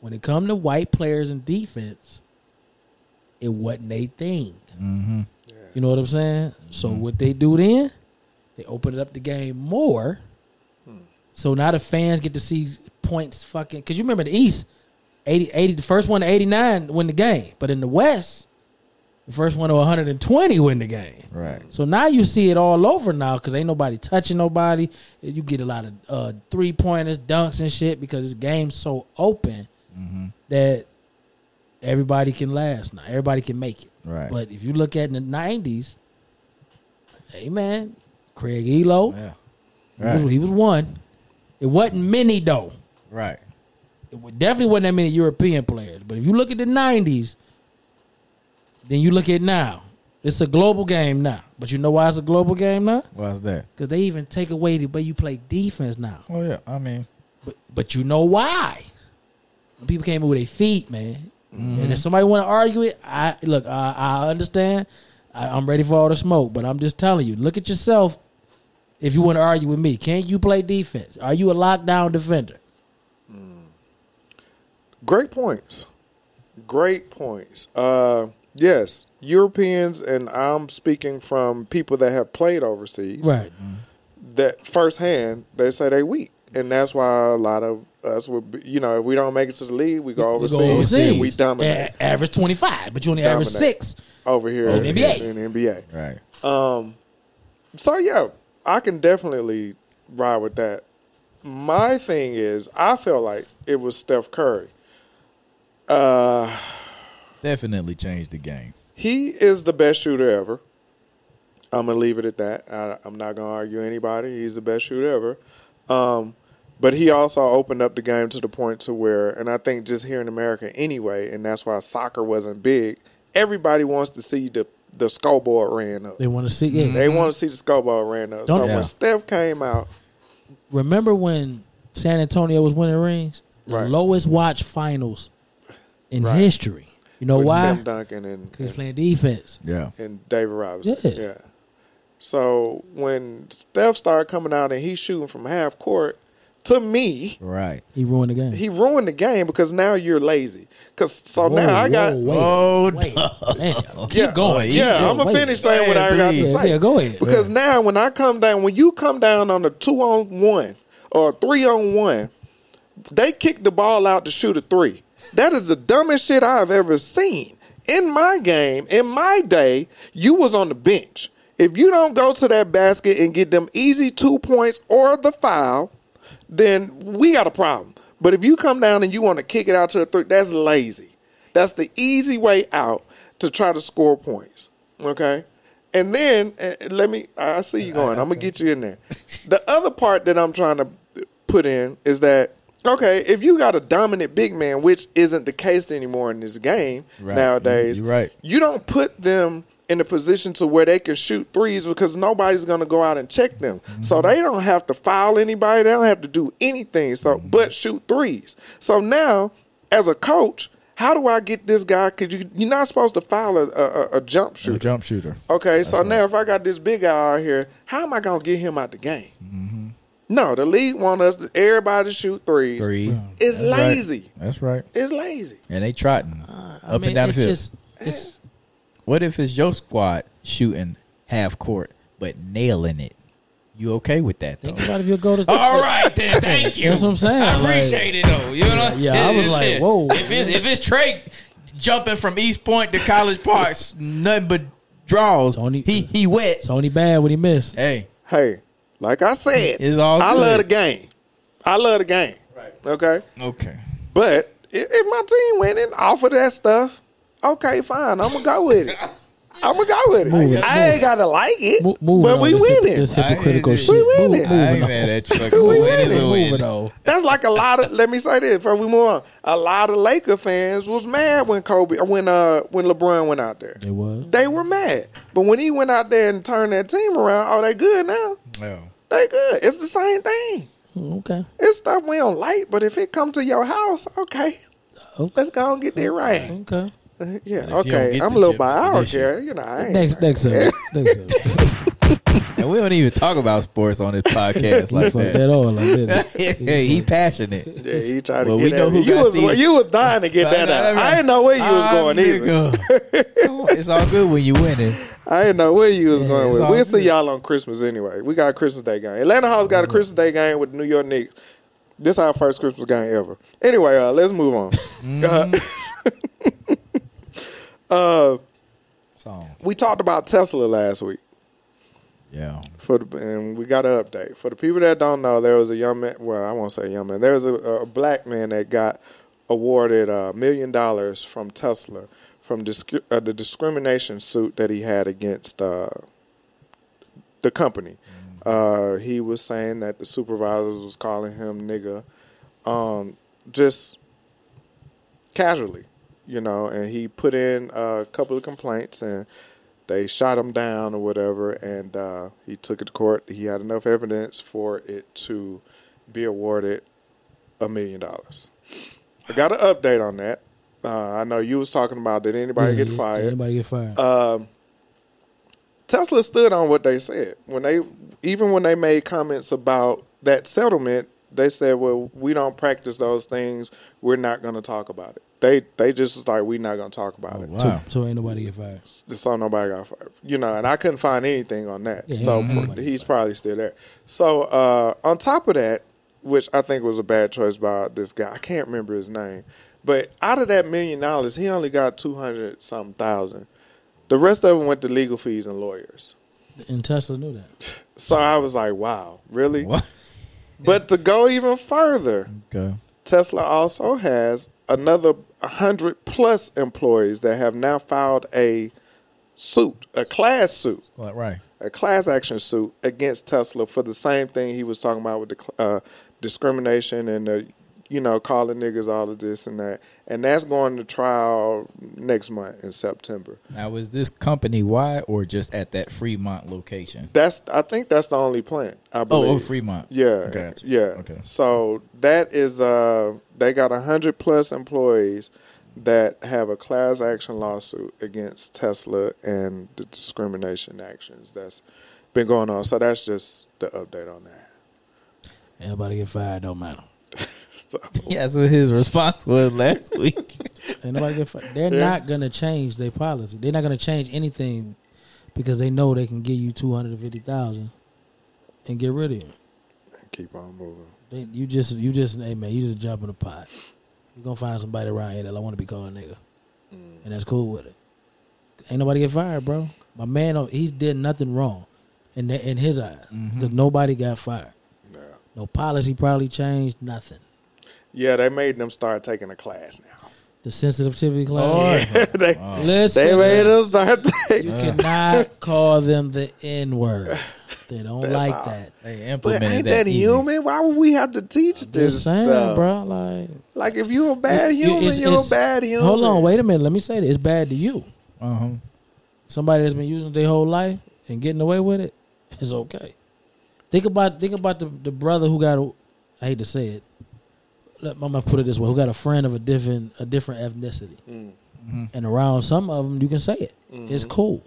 S3: When it come to white players in defense, it wasn't a thing.
S1: Mm-hmm.
S3: You know what I'm saying? So what they do then, they open up the game more. So now the fans get to see points fucking cause you remember the East, 80, 80 the first one to 89 win the game. But in the West, the first one to 120 win the game.
S1: Right.
S3: So now you see it all over now because ain't nobody touching nobody. You get a lot of uh, three pointers, dunks, and shit because this game's so open
S1: Mm-hmm.
S3: that everybody can last now. Everybody can make it.
S1: Right.
S3: But if you look at in the nineties, hey man, Craig Elo,
S1: Yeah.
S3: he, was,
S1: Right.
S3: he was one. It wasn't many though.
S1: Right.
S3: It wa- definitely wasn't that many European players. But if you look at the nineties, then you look at now. It's a global game now. But you know why it's a global game now?
S1: Why's that?
S3: Because they even take away the way you play defense now.
S1: Oh yeah. I mean.
S3: But but you know why? When people came in with their feet, man.
S1: mm-hmm.
S3: And if somebody want to argue it, I look, I, I understand. I, I'm ready for all the smoke, but I'm just telling you, look at yourself. If you want to argue with me, can you play defense? Are you a lockdown defender?
S2: Great points. Great points. Uh, yes, Europeans, and I'm speaking from people that have played overseas. That firsthand, they say they weak, and that's why a lot of us would, be, you know, if we don't make it to the league, we go
S3: We
S2: overseas,
S3: go overseas.
S2: and we dominate.
S3: A- average 25, but you only average
S2: Dominate.
S3: six.
S2: over here
S3: In
S2: in,
S3: the NBA.
S2: in the NBA.
S1: Right.
S2: Um, so yeah, I can definitely ride with that. My thing is, I felt like it was Steph Curry. Uh,
S1: Definitely changed the game.
S2: he is the best shooter ever. I'm gonna leave it at that. I, I'm not gonna argue anybody. He's the best shooter ever. Um, but he also opened up the game to the point to where, and I think just here in America anyway, and that's why soccer wasn't big. Everybody wants to see the the scoreboard ran up.
S3: They want to see. Yeah.
S2: They want to see the scoreboard ran up. So
S3: Mm-hmm. Don't-
S1: Yeah.
S2: when Steph came out,
S3: Remember when San Antonio was winning rings? The
S2: Right.
S3: lowest watch finals in
S2: Right.
S3: history. You know
S2: with
S3: why?
S2: Tim Duncan and,
S3: Because
S2: and,
S3: playing defense.
S1: Yeah.
S2: and David Robinson.
S3: Yeah.
S2: So when Steph started coming out and he's shooting from half court, to me,
S1: Right.
S3: He ruined the game.
S2: he ruined the game because now you're lazy. Cause so now I got oh,
S1: Oh,
S3: wait, damn.
S2: yeah,
S1: going.
S2: Yeah,
S1: Keep
S2: I'm gonna
S3: going.
S2: finish saying what I
S1: Man,
S2: got to
S1: please.
S3: yeah,
S2: say.
S3: yeah, go ahead.
S2: Because now when I come down, when you come down on a two on one or a three on one, they kick the ball out to shoot a three. That is the dumbest shit I've ever seen. In my game, in my day, you was on the bench. If you don't go to that basket and get them easy two points or the foul, then we got a problem. But if you come down and you want to kick it out to a three, that's lazy. That's the easy way out to try to score points. Okay? And then eh, eh, let me I see you going. I'm gonna get you in there. The other part that I'm trying to put in is that okay, if you got a dominant big man, which isn't the case anymore in this game
S1: Right. Mm-hmm.
S2: nowadays,
S1: You're right.
S2: you don't put them in a position to where they can shoot threes because nobody's going to go out and check them. So
S1: Mm-hmm.
S2: they don't have to foul anybody. They don't have to do anything. So
S1: Mm-hmm.
S2: but shoot threes. So now, as a coach, how do I get this guy? Because you you're not supposed to foul a, a, a- a jump
S1: A
S2: shooter.
S1: jump shooter.
S2: Okay, so now if I got this big guy out here, how am I gonna get him out the game? No, the league want us to, everybody to shoot threes.
S1: Three. That's
S2: It's
S1: right.
S2: lazy.
S1: That's right.
S2: It's lazy.
S1: And they trotting
S5: Uh,
S3: I
S1: up
S3: mean,
S1: and down the
S3: it's
S1: field.
S3: just- it's-
S1: what if it's your squad shooting half court but nailing it? You okay with that though?
S3: think about if you go to.
S5: All right then, thank you.
S3: That's what I'm saying,
S5: I
S3: like-
S5: appreciate it though. You know,
S3: Yeah, I was
S5: It's-
S3: like,
S5: yeah.
S3: whoa.
S5: If it's if it's Trey jumping from East Point to College Park,
S1: Parks, nothing but draws.
S3: Tony-
S1: he he wet.
S3: It's only bad when he missed.
S1: Hey,
S2: Hey, like I said,
S1: It's all
S2: I love the
S1: good.
S2: game. I love the game. Right. Okay.
S1: okay.
S2: But i- if my team winning off of that stuff, okay, fine. I'm gonna go with it. I'm gonna go with it.
S3: Moving,
S2: I
S3: moving.
S2: ain't gotta like it,
S3: Mo- moving
S2: but
S3: on,
S2: we
S3: this, hip-
S2: winning.
S3: This hypocritical
S1: I-
S3: shit.
S2: we
S3: Move-
S2: winning.
S1: I ain't
S3: moving on.
S1: mad at you. Fucking win is
S2: We
S1: a
S2: winning.
S1: win.
S3: Moving on.
S2: That's like a lot of. let me say this before we move on. A lot of Laker fans was mad when Kobe, when uh, when LeBron went out there.
S3: It was.
S2: They were mad, but when he went out there and turned that team around, oh, they good now.
S1: No.
S2: They good. It's the same thing.
S3: Okay.
S2: It's stuff we don't like, but if it come to your house, okay,
S1: Oh.
S3: Okay.
S2: let's go and get that right.
S3: Okay.
S2: Yeah,
S1: don't
S2: okay.
S1: get
S2: I'm a
S1: the
S2: little
S1: chip, it's an issue.
S2: biology. You know, I ain't
S3: Next, next subject. Next subject.
S1: And we don't even talk about sports on this podcast
S3: You
S1: like
S3: fucked
S1: that.
S3: that all like that.
S1: hey, he passionate.
S2: Yeah, he tried to
S1: Well,
S2: get
S1: we
S2: that.
S1: know who
S2: you
S1: got
S2: was
S1: season-
S2: you was dying to get that out. I didn't know where you was
S1: Ah,
S2: going either.
S1: nigga. Come on, it's all good when you winning.
S2: I didn't know where you was going
S1: it's
S2: with. it.
S1: all
S2: We'll see
S1: good. Mm-hmm.
S2: y'all on Christmas anyway. We got a Christmas Day game. Atlanta Hawks got a Christmas Day game with the New York Knicks. This our first Christmas game ever. Anyway, uh, let's move on.
S1: Mm-hmm.
S2: Uh, uh,
S1: Song.
S2: we talked about Tesla last week.
S1: Yeah.
S2: for the, and we got an update for the people that don't know. There was a young man. Well, I won't say young man. There was a, a black man that got awarded uh, a million dollars from Tesla from disc- uh, the discrimination suit that he had against uh, the company. Uh, he was saying that the supervisors was calling him nigga, um, just casually, you know. And he put in a couple of complaints and they shot him down or whatever, and uh, he took it to court. He had enough evidence for it to be awarded a million dollars. I got an update on that. Uh, I know you was talking about did anybody
S3: Yeah,
S2: get fired?
S3: Anybody get fired?
S2: Um, Tesla stood on what they said when they even when they made comments about that settlement. They said, "Well, we don't practice those things. We're not going to talk about it." They they just was like, "We're not going to talk about it."
S1: Oh, Wow.
S3: So ain't nobody get fired.
S2: so nobody got fired. You know, and I couldn't find anything on that.
S3: Yeah,
S2: so
S3: yeah,
S2: pr-
S3: nobody
S2: he's probably still there. So uh, on top of that, which I think was a bad choice by this guy, I can't remember his name, but out of that million dollars, he only got two hundred something thousand The rest of them went to legal fees and lawyers.
S3: And Tesla knew that.
S2: So I was like, wow, really?
S1: What?
S2: But to go even further,
S1: Okay.
S2: Tesla also has another 100 plus employees that have now filed a suit, a class suit,
S1: Well, right.
S2: a class action suit against Tesla for the same thing he was talking about with the cl- uh, discrimination and the, you know, calling niggas all of this and that. And that's going to trial next month in September.
S1: Now, was this company wide or just at that Fremont location?
S2: That's I think that's the only plant. I believe.
S1: Oh, oh Fremont.
S2: Yeah.
S1: Gotcha.
S2: Yeah.
S1: Okay.
S2: So that is uh they got a hundred plus employees that have a class action lawsuit against Tesla and the discrimination actions that's been going on. So that's just the update on that.
S3: Anybody get fired, don't matter.
S2: So
S1: Yeah, that's what his response was last week.
S3: Ain't nobody get fired. They're
S2: Yeah.
S3: not gonna change their policy. They're not gonna change anything because they know they can give you two hundred and fifty thousand and get rid of you.
S2: keep on moving.
S3: They, you just you just hey man, you just jump in the pot. You're gonna find somebody around here that I wanna be called nigga.
S2: Mm.
S3: And that's cool with it. Ain't nobody get fired, bro. My man oh, he's did nothing wrong in the, in his eyes. Because nobody got fired.
S2: Mm-hmm. Yeah.
S3: No policy probably changed, nothing.
S2: Yeah, they made them start taking a class now.
S3: The sensitivity class.
S2: they
S3: Listen,
S2: Oh, they made them
S3: listen.
S2: start
S3: You
S2: taking
S3: cannot call them the N word. They don't
S2: That's
S3: like
S2: all.
S3: that.
S1: They
S2: but
S1: implemented
S2: ain't
S1: that,
S2: that,
S1: easy.
S2: human? Why would we have to teach this
S3: Just saying,
S2: stuff?
S3: bro. Like,
S2: Like if you a bad
S3: you-
S2: human,
S3: it's-
S2: you're
S3: it's-
S2: a bad human.
S3: hold on, wait a minute. Let me say this. It's bad to you.
S1: Uh-huh.
S3: Somebody that's been using it their whole life and getting away with it, it's okay. Think about think about the, the brother who got. A, I hate to say it. Let, I'm gonna put it this way: who got a friend of a different a different ethnicity,
S2: Mm.
S3: and around some of them you can say it.
S1: Mm-hmm.
S3: It's cool,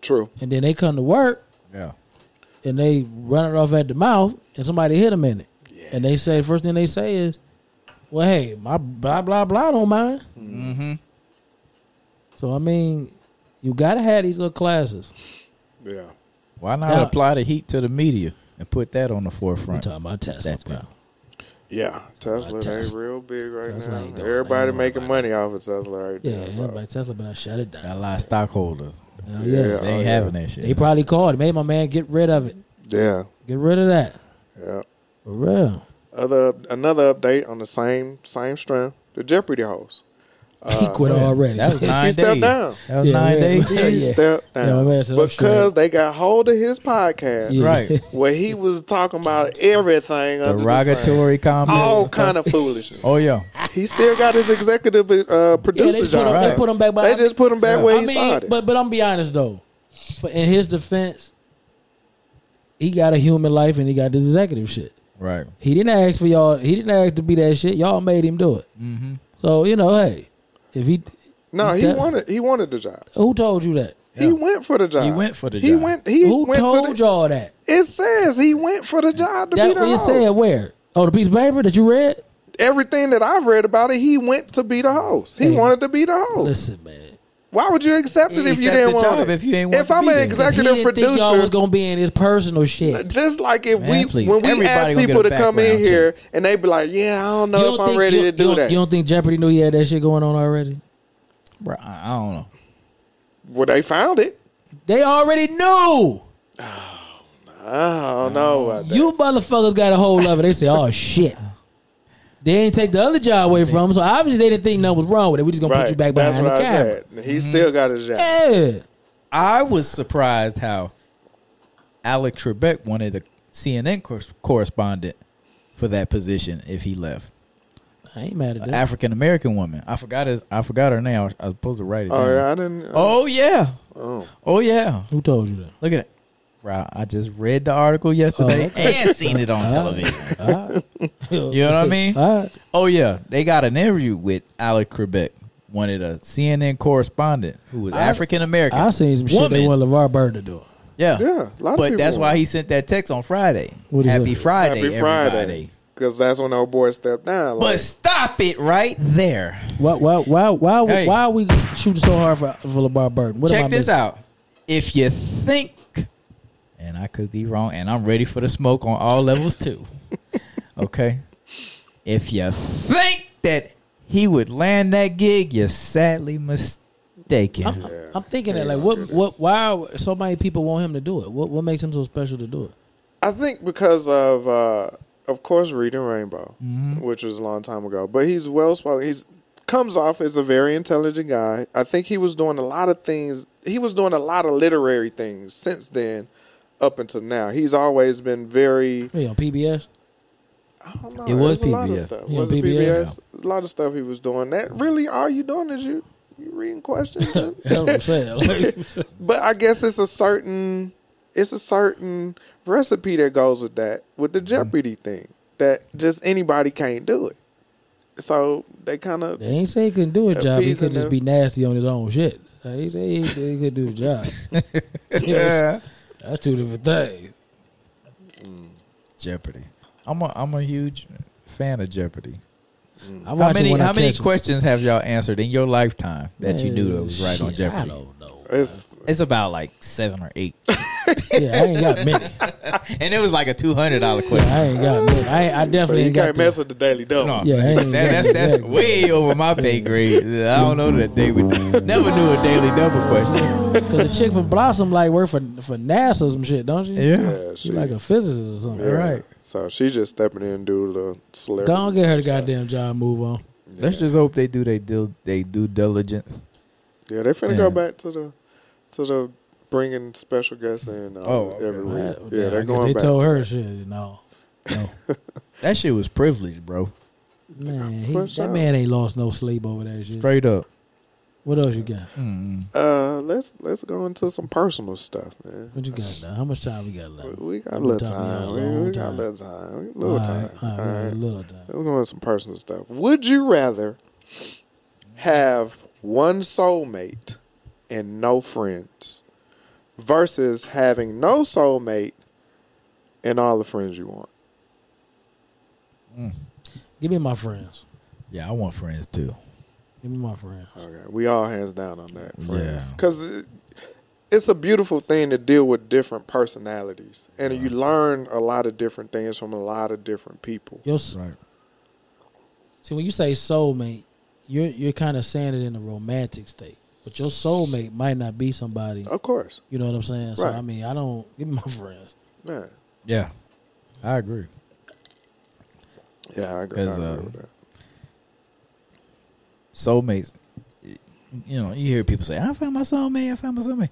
S2: True.
S3: and then they come to work
S1: Yeah.
S3: and they run it off at the mouth, and somebody hit them in it.
S2: Yeah.
S3: And they say first thing they say is, "Well, hey, my blah blah blah don't mind."
S1: Mm-hmm.
S3: So I mean, you gotta have these little classes.
S2: Yeah.
S1: Why not
S3: Now-
S1: apply the heat to the media and put that on the
S3: I'm
S1: forefront?
S3: talking about Tesla,
S1: That's
S3: bro.
S1: good.
S2: Yeah, Tesla they
S3: Tesla.
S2: real big right
S3: Tesla
S2: now.
S3: ain't doing-
S2: Everybody
S3: ain't
S2: making money off of Tesla right
S3: Yeah,
S2: now. so-
S3: everybody Tesla, but I shut it
S1: Got
S3: down.
S1: a lot of stockholders.
S3: Hell yeah.
S1: They
S2: Yeah. Oh,
S1: ain't having that shit.
S3: they probably called. Made my man get rid of it.
S2: Yeah,
S3: Get rid of that
S2: yeah.
S3: for real.
S2: Other another update on the same same strand. The Jeopardy host. Uh,
S3: he quit
S1: Yeah.
S3: already.
S1: That was nine
S2: he
S1: days.
S2: stepped down.
S1: That was
S3: Yeah,
S1: nine
S3: yeah.
S1: days.
S3: Yeah,
S2: He
S3: yeah.
S2: stepped
S3: Yeah,
S2: down
S3: my man said, "I'm sure."
S2: because they got hold of his podcast
S3: Yeah.
S1: Right.
S2: where he was talking about everything under the Oh, sun.
S1: Derogatory comments.
S2: all
S1: and stuff.
S2: kind of foolishness.
S1: Oh yeah.
S2: He still got his executive uh,
S3: yeah,
S2: producer
S3: they put, him,
S2: job.
S1: Right.
S3: they put him back.
S2: They
S3: By,
S2: just put him back
S1: Yeah.
S2: where
S3: I
S2: he
S3: mean,
S2: started.
S3: but but I'm be honest though. For, in his defense, he got a human life and he got this executive shit.
S1: Right.
S3: He didn't ask for y'all. He didn't ask to be that shit. Y'all made him do it.
S1: Mm-hmm.
S3: So you know, hey, if he
S2: no,
S3: he's
S2: he
S3: dead.
S2: wanted he wanted the job.
S3: who told you that?
S1: Yeah.
S2: He went for the job.
S1: He went for the
S2: He
S1: job.
S2: went. He
S3: Who
S2: went
S3: told
S2: to the,
S3: y'all that?
S2: It says he went for the job to be
S3: That
S2: the
S3: what it
S2: host.
S3: said where? Oh, the piece of paper that you read.
S2: Everything that I've read about it, he went to be the host. He
S3: Hey.
S2: wanted to be the host.
S3: Listen, man.
S2: Why would you accept
S1: He
S2: it if you
S1: accept
S2: didn't
S1: the
S2: want
S1: job
S2: it?
S1: if you ain't want
S2: if
S1: to
S2: I'm
S1: be
S2: an
S1: there.
S3: 'Cause He
S2: executive
S3: didn't
S2: producer,
S3: think y'all was gonna be in his personal shit.
S2: just like if we
S1: Man, please.
S2: when we
S1: Everybody
S2: ask
S1: gonna get
S2: people
S1: a
S2: to come in
S1: background check.
S2: here and they be like, yeah, I don't
S3: You
S2: know
S3: don't
S2: if I'm
S3: think-
S2: ready
S3: you-
S2: to
S3: you
S2: do
S3: don't-
S2: that.
S3: You don't think Jeopardy knew he had that shit going on already?
S1: Bro, I, I don't know.
S2: Well, they found it.
S3: They already knew.
S2: I don't know. about that.
S3: You motherfuckers got a hold of it. They say, "Oh shit." They ain't take the other job away from him, so obviously they didn't think nothing was wrong with it. We just gonna put you
S2: right?
S3: back
S2: That's
S3: behind
S2: what
S3: the
S2: I
S3: camera.
S2: said. He still got his job.
S3: Yeah.
S1: I was surprised how Alex Trebek wanted a CNN cor- correspondent for that position if he left.
S3: I ain't mad at that.
S1: African American woman. I forgot his. I forgot her name. I was, I was supposed to write it.
S2: Oh
S1: down.
S2: yeah, I didn't.
S1: Oh yeah.
S2: oh.
S1: Oh yeah.
S3: Who told you that?
S1: Look at it. Bro, I just read the article
S3: Oh,
S1: yesterday and seen it on television. You know what I mean?
S3: All right.
S1: Oh yeah, they got an interview with Alec Trebek, wanted a CNN correspondent who was
S3: I-
S1: African American.
S3: I seen some shit they want LeVar Bird to do.
S1: yeah,
S2: Yeah, a lot of people
S1: but that's why
S2: want.
S1: he sent that text on Friday.
S3: What he
S1: Happy
S3: said.
S1: Friday,
S2: Happy
S1: everybody.
S2: Friday, because that's when old boy stepped down.
S1: But
S2: Like,
S1: stop it right there.
S3: Why, why, why, why,
S1: Hey.
S3: why are we shooting so hard for, for LeVar Burton? What am I
S1: Check this
S3: missing?
S1: out. If you think, and I could be wrong, and I'm ready for the smoke on all levels too. okay. If you think that he would land that gig, you're sadly mistaken. mistaken.
S3: I'm,
S2: Yeah.
S3: I'm thinking that
S2: Yeah,
S3: like
S2: I
S3: what
S2: get it.
S3: what why are so many people want him to do it? What what makes him so special to do it?
S2: I think because of, uh, of course, Reading Rainbow, which was a long time ago. But he's well spoken. He's comes off as a very intelligent guy. I think he was doing a lot of things. He was doing a lot of literary things since then, up until now. He's always been very.
S3: Hey, on PBS.
S2: I don't know.
S1: It was
S2: there's a lot of
S1: PBS.
S2: stuff.
S3: Yeah,
S2: was it
S3: PBS?
S2: PBS? There's A lot of stuff he was doing. That really, all you doing is you you reading questions. and-
S3: That's what I'm saying. Like,
S2: But I guess it's a certain it's a certain recipe that goes with that with
S1: Mm-hmm.
S2: the Jeopardy thing that just anybody can't do it. So they kind of
S3: they ain't say he couldn't do a job. He
S2: Appeasing
S3: could just
S2: them.
S3: be nasty on his own shit. Like, he said he, he could do the job. You know,
S1: Yeah.
S3: that's two different things.
S1: Jeopardy. I'm a I'm a huge fan of Jeopardy.
S2: Mm.
S3: I watch
S1: How
S3: it
S1: many
S3: when I
S1: how many
S3: catch it.
S1: questions have y'all answered in your lifetime that you knew that was right on
S3: Shit, I
S1: Jeopardy?
S3: don't know.
S2: it's
S1: It's about like seven or eight,
S3: Yeah, I ain't got many.
S1: and it was like a two hundred dollar question.
S3: I ain't got many. I, ain't- I
S2: but
S3: definitely
S2: you
S3: ain't got
S2: can't
S3: the-
S2: mess with the Daily Double.
S1: No,
S3: Yeah, I ain't
S1: that, that's
S3: got
S1: that's
S3: exactly.
S1: way over my pay grade. I don't know that they would never do a daily double question.
S3: Cause the chick from Blossom like work for for NASA or some shit, don't she?
S1: Yeah,
S2: Yeah, she,
S3: She like a physicist or something.
S2: yeah.
S1: right.
S2: So she just stepping in and do a little
S3: Go
S2: celebrity.
S3: on, get her the goddamn job. Move on.
S1: let's just hope they do they do they due diligence.
S2: Yeah, they finna go
S1: Yeah.
S2: back to the to the bringing special guests in. Uh,
S1: Oh, okay.
S2: every
S3: Yeah,
S2: week. Yeah,
S3: I
S2: they're
S3: guess
S2: going
S3: they
S2: back.
S3: told her shit. No, no,
S1: That shit was privileged, bro.
S3: man, he,
S2: Push
S3: that
S2: up.
S3: man ain't lost no sleep over that shit.
S1: Straight up.
S3: What else you got?
S1: Mm.
S2: uh, let's let's go into some personal stuff, man.
S3: What you got? Now? How much time we got left?
S2: We- We got a
S3: I've
S2: little
S3: been talking
S2: time.
S3: to y'all a
S2: We,
S3: long
S2: we got a
S3: time.
S2: little time. We got A little time.
S3: all
S2: All
S3: right, we got
S2: right.
S3: a little time.
S2: Let's go into some personal stuff. Would you rather have one soulmate and no friends versus having no soulmate and all the friends you want?
S3: Give me my friends.
S1: Yeah, I want friends too.
S3: Give me my friends.
S2: Okay. We all hands down on that.
S1: Yeah.
S2: Because it, it's a beautiful thing to deal with different personalities. And you learn a lot of different things from a lot of different people.
S3: Your s-
S1: Right.
S3: See, when you say soulmate, you're you're kind of saying it in a romantic state, but your soulmate might not be somebody.
S2: Of course.
S3: You know what I'm saying? So
S2: Oh. Right.
S3: I mean, I don't give me my friends.
S2: Yeah.
S1: Yeah, I agree.
S2: Yeah, I agree, I
S1: 'Cause,
S2: agree
S1: uh,
S2: with that.
S1: Soulmates. You know, you hear people say, "I found my soulmate. I found my soulmate."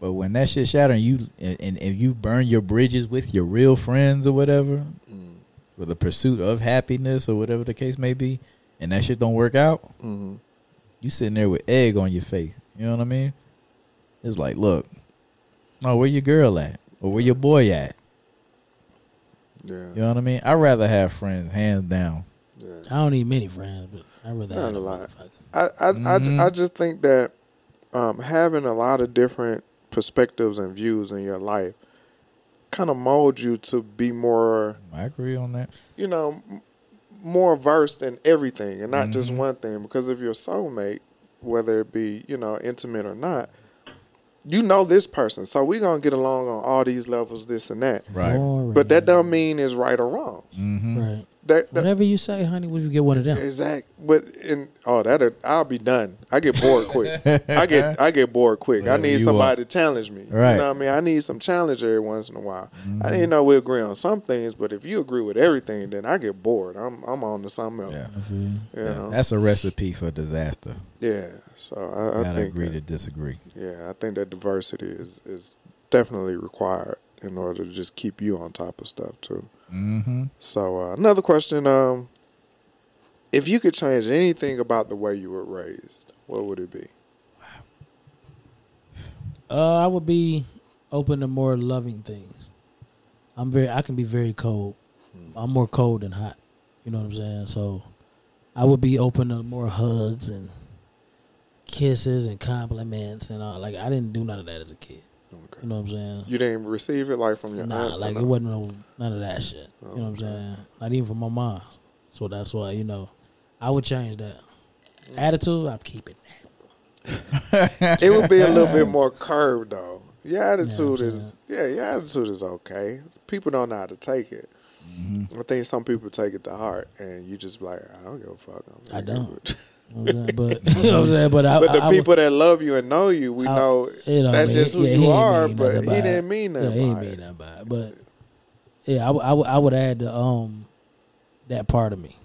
S1: But when that shit shatters, and you and, and if you burn your bridges with your real friends or whatever
S2: Mm-hmm.
S1: for the pursuit of happiness or whatever the case may be, and that shit don't work out,
S2: Mhm.
S1: you sitting there with egg on your face. You know what I mean? It's like, look, oh, where your girl at, or where your boy at?
S2: Yeah.
S1: You know what I mean? I'd rather have friends, hands down.
S2: yeah.
S3: I don't need many friends, but I rather
S2: Not
S3: have
S2: a
S3: a
S2: lot.
S3: motherfucker.
S2: I, I,
S1: Mhm.
S2: I, I just think that um, having a lot of different perspectives and views in your life kind of molds you to be more,
S1: I agree on that.
S2: you know, m- more versed in everything and not
S1: Mm-hmm.
S2: just one thing. Because if your soulmate, whether it be, you know, intimate or not, you know this person. So we're going to get along on all these levels, this and that.
S1: Right.
S3: Boring.
S2: But that don't mean it's right or wrong.
S1: Mm-hmm.
S3: Right.
S2: That, that,
S3: Whatever you say, honey, would you get one of them?
S2: Exact, but in oh that I'll be done. I get bored quick. I get I get bored quick.
S1: Whatever
S2: I
S1: you
S2: need somebody to challenge me.
S1: Right. Mm-hmm.
S2: You know what I mean? I need some challenge every once in a while. I didn't know we agree on some things, but if you agree with everything, then I get bored. I'm I'm on to something else.
S1: Yeah.
S3: I feel you.
S2: You
S1: Yeah,
S2: know?
S1: that's a recipe for disaster.
S2: yeah. So I, I
S1: Gotta
S2: think
S1: agree
S2: that-
S1: to disagree.
S2: yeah, I think that diversity is is definitely required in order to just keep you on top of stuff too.
S1: Mm-hmm.
S2: So uh, another question: um, If you could change anything about the way you were raised, what would it be?
S3: Uh, I would be open to more loving things. I'm very. I can be very cold.
S2: Hmm.
S3: I'm more cold than hot. You know what I'm saying? So, I would be open to more hugs and kisses and compliments and all. Like I didn't do none of that as a kid. You
S2: Okay.
S3: know what I'm saying?
S2: You didn't receive it like from your
S3: Nah,
S2: aunts. or
S3: like it
S2: nothing?
S3: wasn't no none of that shit. You know what I'm saying? Not even from my mom. So that's why you know, I would change that
S2: Hmm.
S3: attitude. I'm keeping.
S2: It would be a little bit more curved though. Your attitude
S3: saying
S2: is yeah, your attitude is okay. People don't know how to take it. Mm-hmm. I think some people take it to heart, and you just be like, I don't give a fuck. I'm
S3: I
S2: gonna
S3: don't.
S2: do it."
S3: You know what I'm saying? But you know what I'm saying? But, I,
S2: But the
S3: I- I would-
S2: people that love you and know you, we
S3: I-
S2: know
S3: you know,
S2: that's
S3: he-
S2: just who
S3: yeah, he
S2: you
S3: ain't
S2: are.
S3: mean
S2: But
S3: nothing
S2: he
S3: by it.
S2: didn't mean
S3: Yeah,
S2: nothing.
S3: he ain't
S2: by
S3: mean
S2: it.
S3: nothing by it. But yeah, I, would- I would- I would add the um that part of me.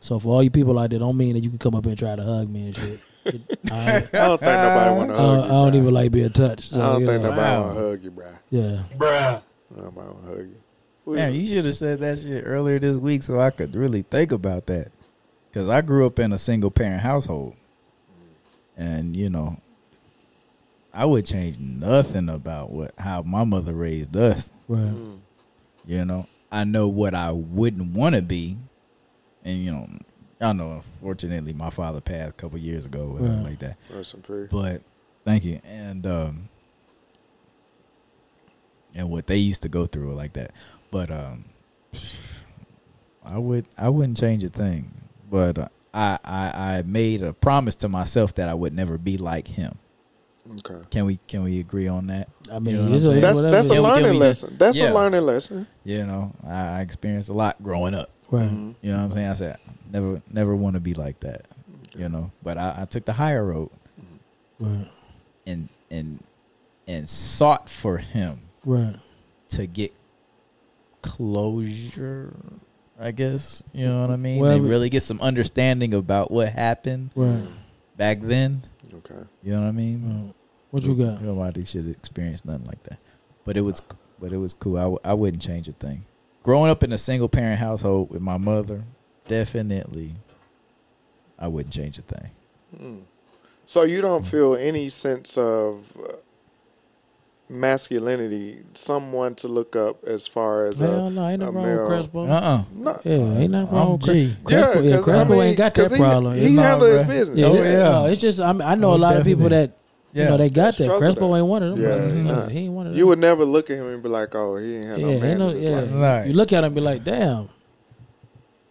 S3: So for all you people out there, don't mean that you can come up and try to hug me and shit. All right?
S2: I don't think nobody want to hug
S3: I, don't,
S2: you.
S3: I don't
S2: bruh.
S3: even like being touched. So,
S2: I don't
S3: you
S2: think
S3: know,
S2: nobody
S1: Wow.
S2: want to hug you, bro.
S3: Yeah,
S4: Bruh.
S2: Nobody want to hug you.
S1: Man, you should have said that shit earlier this week so I could really think about that. Because I grew up in a single parent household. And, you know, I would change nothing about what how my mother raised us.
S3: right.
S2: Mm.
S1: You know, I know what I wouldn't want to be. And, you know, I know, unfortunately, my father passed a couple years ago, whatever,
S3: Right.
S1: like that.
S2: Rest in peace.
S1: But thank you. And um and what they used to go through like that. But um I would I wouldn't change a thing. But uh, I I I made a promise to myself that I would never be like him.
S2: Okay.
S1: Can we can we agree on that?
S3: I mean,
S1: You know what
S3: it's,
S1: I'm saying?
S3: it's
S2: That's
S3: whatever.
S2: that's a
S1: Can we- can
S2: learning
S1: we just-
S2: lesson. That's
S1: Yeah.
S2: a learning lesson.
S1: You know, I, I experienced a lot growing up.
S3: right.
S2: Mm-hmm.
S1: You know what I'm saying? I said never never want to be like that. You know, but I, I took the higher road
S3: Right.
S1: and and and sought for him
S3: Right.
S1: to get closure, I guess. You know what I mean?
S3: Well,
S1: and
S3: we-
S1: really get some understanding about what happened
S3: Right.
S1: back then.
S2: Mm-hmm. Okay.
S1: You know what I mean?
S3: right. What you got?
S1: Nobody should experience nothing like that. But it was, but it was cool. I, w- I wouldn't change a thing. Growing up in a single parent household with my mother, definitely, I wouldn't change a thing.
S2: Mm. So you don't feel any sense of uh, masculinity, someone to look up as far as
S3: Hell
S2: a,
S3: no, ain't
S2: a
S3: nothing wrong
S2: male.
S3: with Crespo.
S1: Uh uh
S2: no.
S3: Yeah, ain't nothing wrong with
S1: Oh,
S3: Crespo.
S1: gee.
S3: Crespo, yeah,
S2: 'cause
S3: Crespo
S2: I mean,
S3: ain't got that
S2: 'cause he-
S3: problem.
S2: He,
S3: It's not,
S2: handled his
S1: bruh.
S2: business.
S3: Yeah,
S1: Oh,
S3: it-
S1: yeah.
S3: no, it's just I, mean, I know
S1: Oh,
S3: a lot of people
S1: definitely.
S3: that you know they got that.
S2: Struggle
S3: Crespo
S2: that.
S3: ain't one of them.
S2: Yeah,
S3: brothers.
S2: he's
S3: No,
S2: not.
S3: he ain't one of them.
S2: You would never look at him and be like, "Oh, he ain't had
S3: yeah,
S2: no man
S3: ain't no,
S2: in his
S3: yeah.
S2: life." Oh.
S1: Right.
S3: You look at him and be like, damn,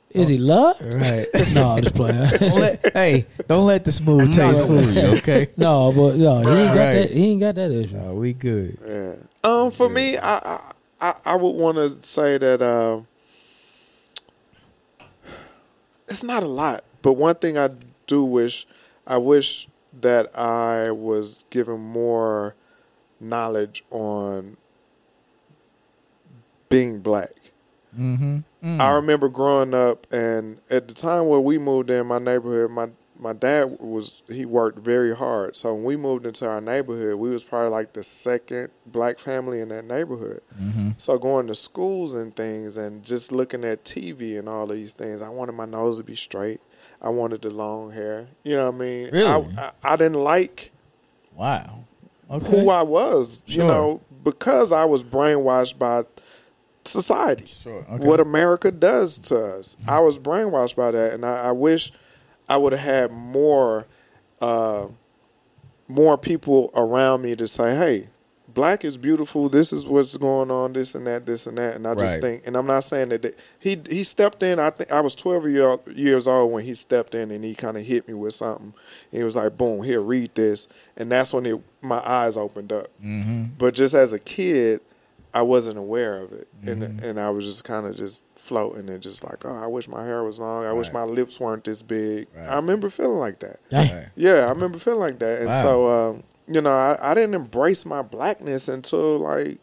S3: is he loved?
S1: Right.
S3: no, I'm just playing.
S1: Don't let- hey, don't let the smooth taste fool you, okay?
S3: no, but no, he ain't got
S1: Right.
S3: that. He ain't got that issue.
S1: Nah, we good.
S2: Yeah. Um, for me, I I, I, I would want to say that uh, it's not a lot, but one thing I do wish, I wish that I was given more knowledge on being black.
S1: Mm-hmm.
S2: I remember growing up, and at the time where we moved in my neighborhood, my my dad was he worked very hard. So when we moved into our neighborhood, we was probably like the second black family in that neighborhood.
S1: Mm-hmm.
S2: So going to schools and things, and just looking at TV and all these things, I wanted my nose to be straight. I wanted the long hair. You know what I mean?
S1: Really?
S2: I, I, I didn't like
S1: Wow. Okay.
S2: who I was,
S1: Sure.
S2: you know, because I was brainwashed by society
S1: Sure.
S2: what America does to us. I was brainwashed by that, and I, I wish I would have had more, uh, more people around me to say, "Hey, black is beautiful. This is what's going on. This and that. This and that." And I just
S1: Right.
S2: think, and I'm not saying that, that he he stepped in. I think I was 12 year, old- years old when he stepped in, and he kind of hit me with something. And he was like, "Boom, here, read this," and that's when it, my eyes opened up
S1: Mm-hmm.
S2: but just as a kid, I wasn't aware of it,
S1: Mm-hmm.
S2: and and I was just kind of just floating and just like, oh, I wish my hair was long. I wish my
S1: Right.
S2: lips weren't this big.
S1: Right.
S2: I remember feeling like that.
S3: Dang.
S2: Yeah, I remember feeling like that, and
S1: Wow.
S2: so um, you know, I, I didn't embrace my blackness until like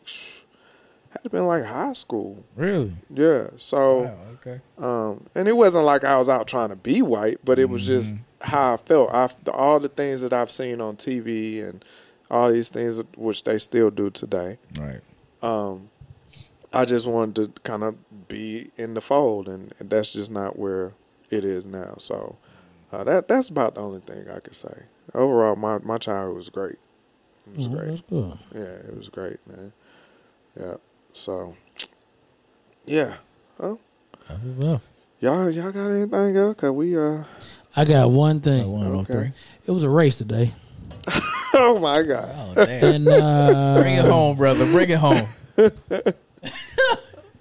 S2: had to been like high school.
S1: Really?
S2: Yeah, so.
S1: okay.
S2: Um, and it wasn't like I was out trying to be white, but it was just how I felt. I all the things that I've seen on TV and all these things which they still do today.
S1: Right.
S2: Um, I just wanted to kind of be in the fold, and, and that's just not where it is now. So uh, that that's about the only thing I could say. Overall, my my childhood was great. It was
S3: Mhm,
S2: great.
S3: That's good.
S2: Yeah, it was great, man. Yeah. So, yeah.
S1: That was up.
S2: Y'all, y'all got anything else? Cause we uh.
S3: I got one
S1: That
S3: thing.
S1: one on
S2: Okay.
S1: three.
S3: It was a race today,
S2: Oh my god.
S1: Oh damn.
S3: and uh,
S1: Bring it home, brother. Bring it home.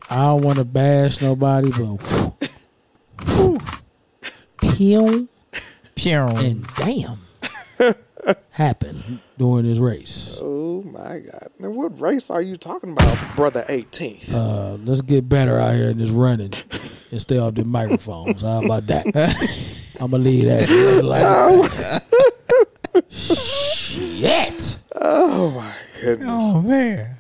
S3: I don't want to bash nobody, but pew
S1: Pew.
S3: and damn happened during this race.
S2: Oh my god. Now what race are you talking about, brother 18th?
S3: Uh, let's get better out here in this running and stay off the microphones. How about that? I'm gonna leave that. like, shit.
S2: Oh my goodness.
S1: Oh man,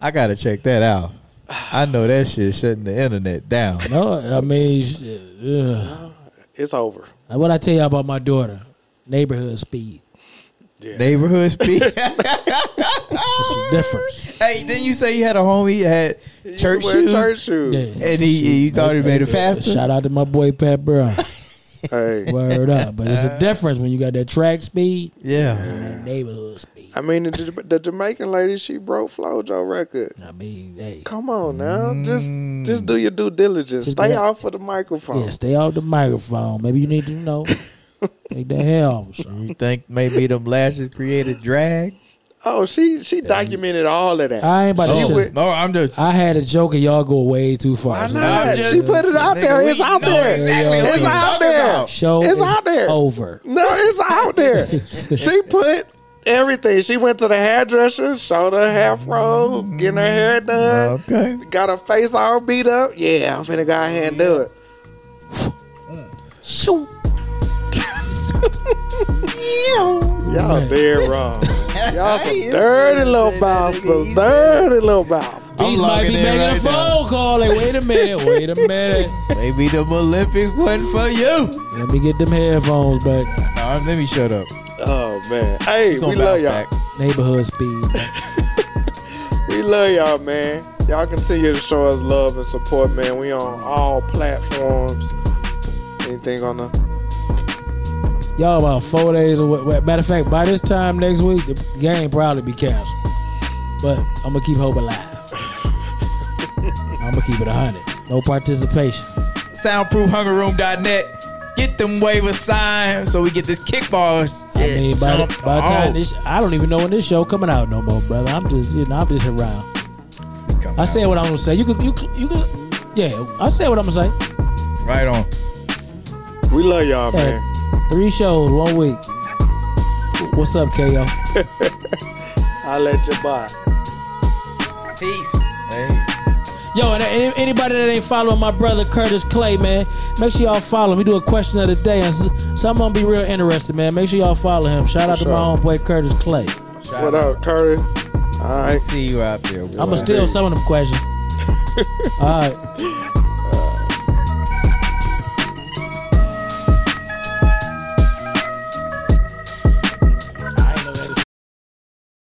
S1: I gotta check that out. I know that shit shutting the internet down.
S3: No, I mean, shit, ugh.
S2: It's over.
S3: what I tell you all about my daughter, neighborhood speed.
S1: Neighborhood speed.
S3: It's a difference.
S1: hey, didn't you say you had a homie that had
S2: You used
S1: church
S2: to wear
S1: shoes,
S2: Church shoes.
S3: Yeah.
S1: and he you thought he made it faster?
S3: Shout out to my boy Pat Brown.
S2: Hey.
S3: Word up, but it's a difference when you got that track speed
S1: Yeah.
S3: and that neighborhood speed.
S2: I mean, the, Ja- the Jamaican lady, she broke Flojo record.
S3: I mean, hey,
S2: Come on now, just just do your due diligence.
S3: Just
S2: Stay
S3: let-
S2: off of the microphone.
S3: yeah, stay off the microphone. Maybe you need to you know take that hair off. Or something.
S1: You think maybe them lashes created drag?
S2: Oh, she she documented all of that.
S3: I ain't about to
S2: She
S3: shit.
S1: Oh,
S2: went-
S1: no, I'm just.
S3: I had a joke and y'all go way too far.
S2: Why
S3: So
S2: not?
S1: just-
S2: she put it out
S1: Nigga,
S2: there.
S1: we
S2: It's out
S1: know
S2: there.
S1: exactly
S3: what
S2: it's
S3: you
S2: out
S1: talking
S2: there.
S1: about. oh.
S3: Show
S2: it's
S3: is
S2: out there.
S3: over.
S2: No, it's out there. she put everything. She went to the hairdresser, showed her hair fro, getting her hair done,
S1: oh, Okay.
S2: got her face all beat up. Yeah, I'm finna go ahead and do it.
S3: Shoot.
S2: Y'all dead wrong. Y'all some
S1: It's
S2: dirty little bouncers. Dirty little bouncers.
S1: I'm
S3: These might
S1: logging
S3: be
S1: in
S3: making a
S1: right now.
S3: phone call. Like, wait a minute, wait a minute.
S1: Maybe the Olympics wasn't for you.
S3: Let me get them headphones back.
S1: All right, let me shut up.
S2: Oh man. Hey,
S1: It's gonna
S2: we
S1: bounce
S2: love y'all.
S1: back.
S3: Neighborhood speed.
S2: We love y'all, man. Y'all continue to show us love and support, man. We on all platforms. Anything on the
S3: Y'all about four days away. Matter of fact, by this time next week, the game probably be canceled. But I'm gonna keep hope alive. I'm gonna keep it a hundred. No participation.
S1: Soundproofhungerroom.net. Get them waivers signed so we get this kickball shit.
S3: I mean, by the,
S1: jumped
S3: by the time
S1: off.
S3: this, I don't even know when this show coming out no more, brother. I'm just, you know, I'm just around.
S1: Come
S3: I
S1: on.
S3: said what I'm gonna say. You could, you could, you could. Yeah, I said what I'm gonna say.
S1: right on.
S2: We love y'all,
S3: Yeah,
S2: man.
S3: three shows, one week. What's up, Ko?
S2: I let you buy.
S1: Peace. Hey.
S3: Yo, and and anybody that ain't following my brother Curtis Clay, man, make sure y'all follow him. He do a question of the day, and s- so I'm gonna be real interested, man. Make sure y'all follow him. Shout out
S2: For
S3: to my
S2: sure.
S3: own boy Curtis Clay.
S1: Shout
S2: What
S1: out.
S2: up, Curry? All
S1: I
S2: right.
S1: see you out there.
S3: I'ma
S1: boy.
S3: steal some of them questions. All right,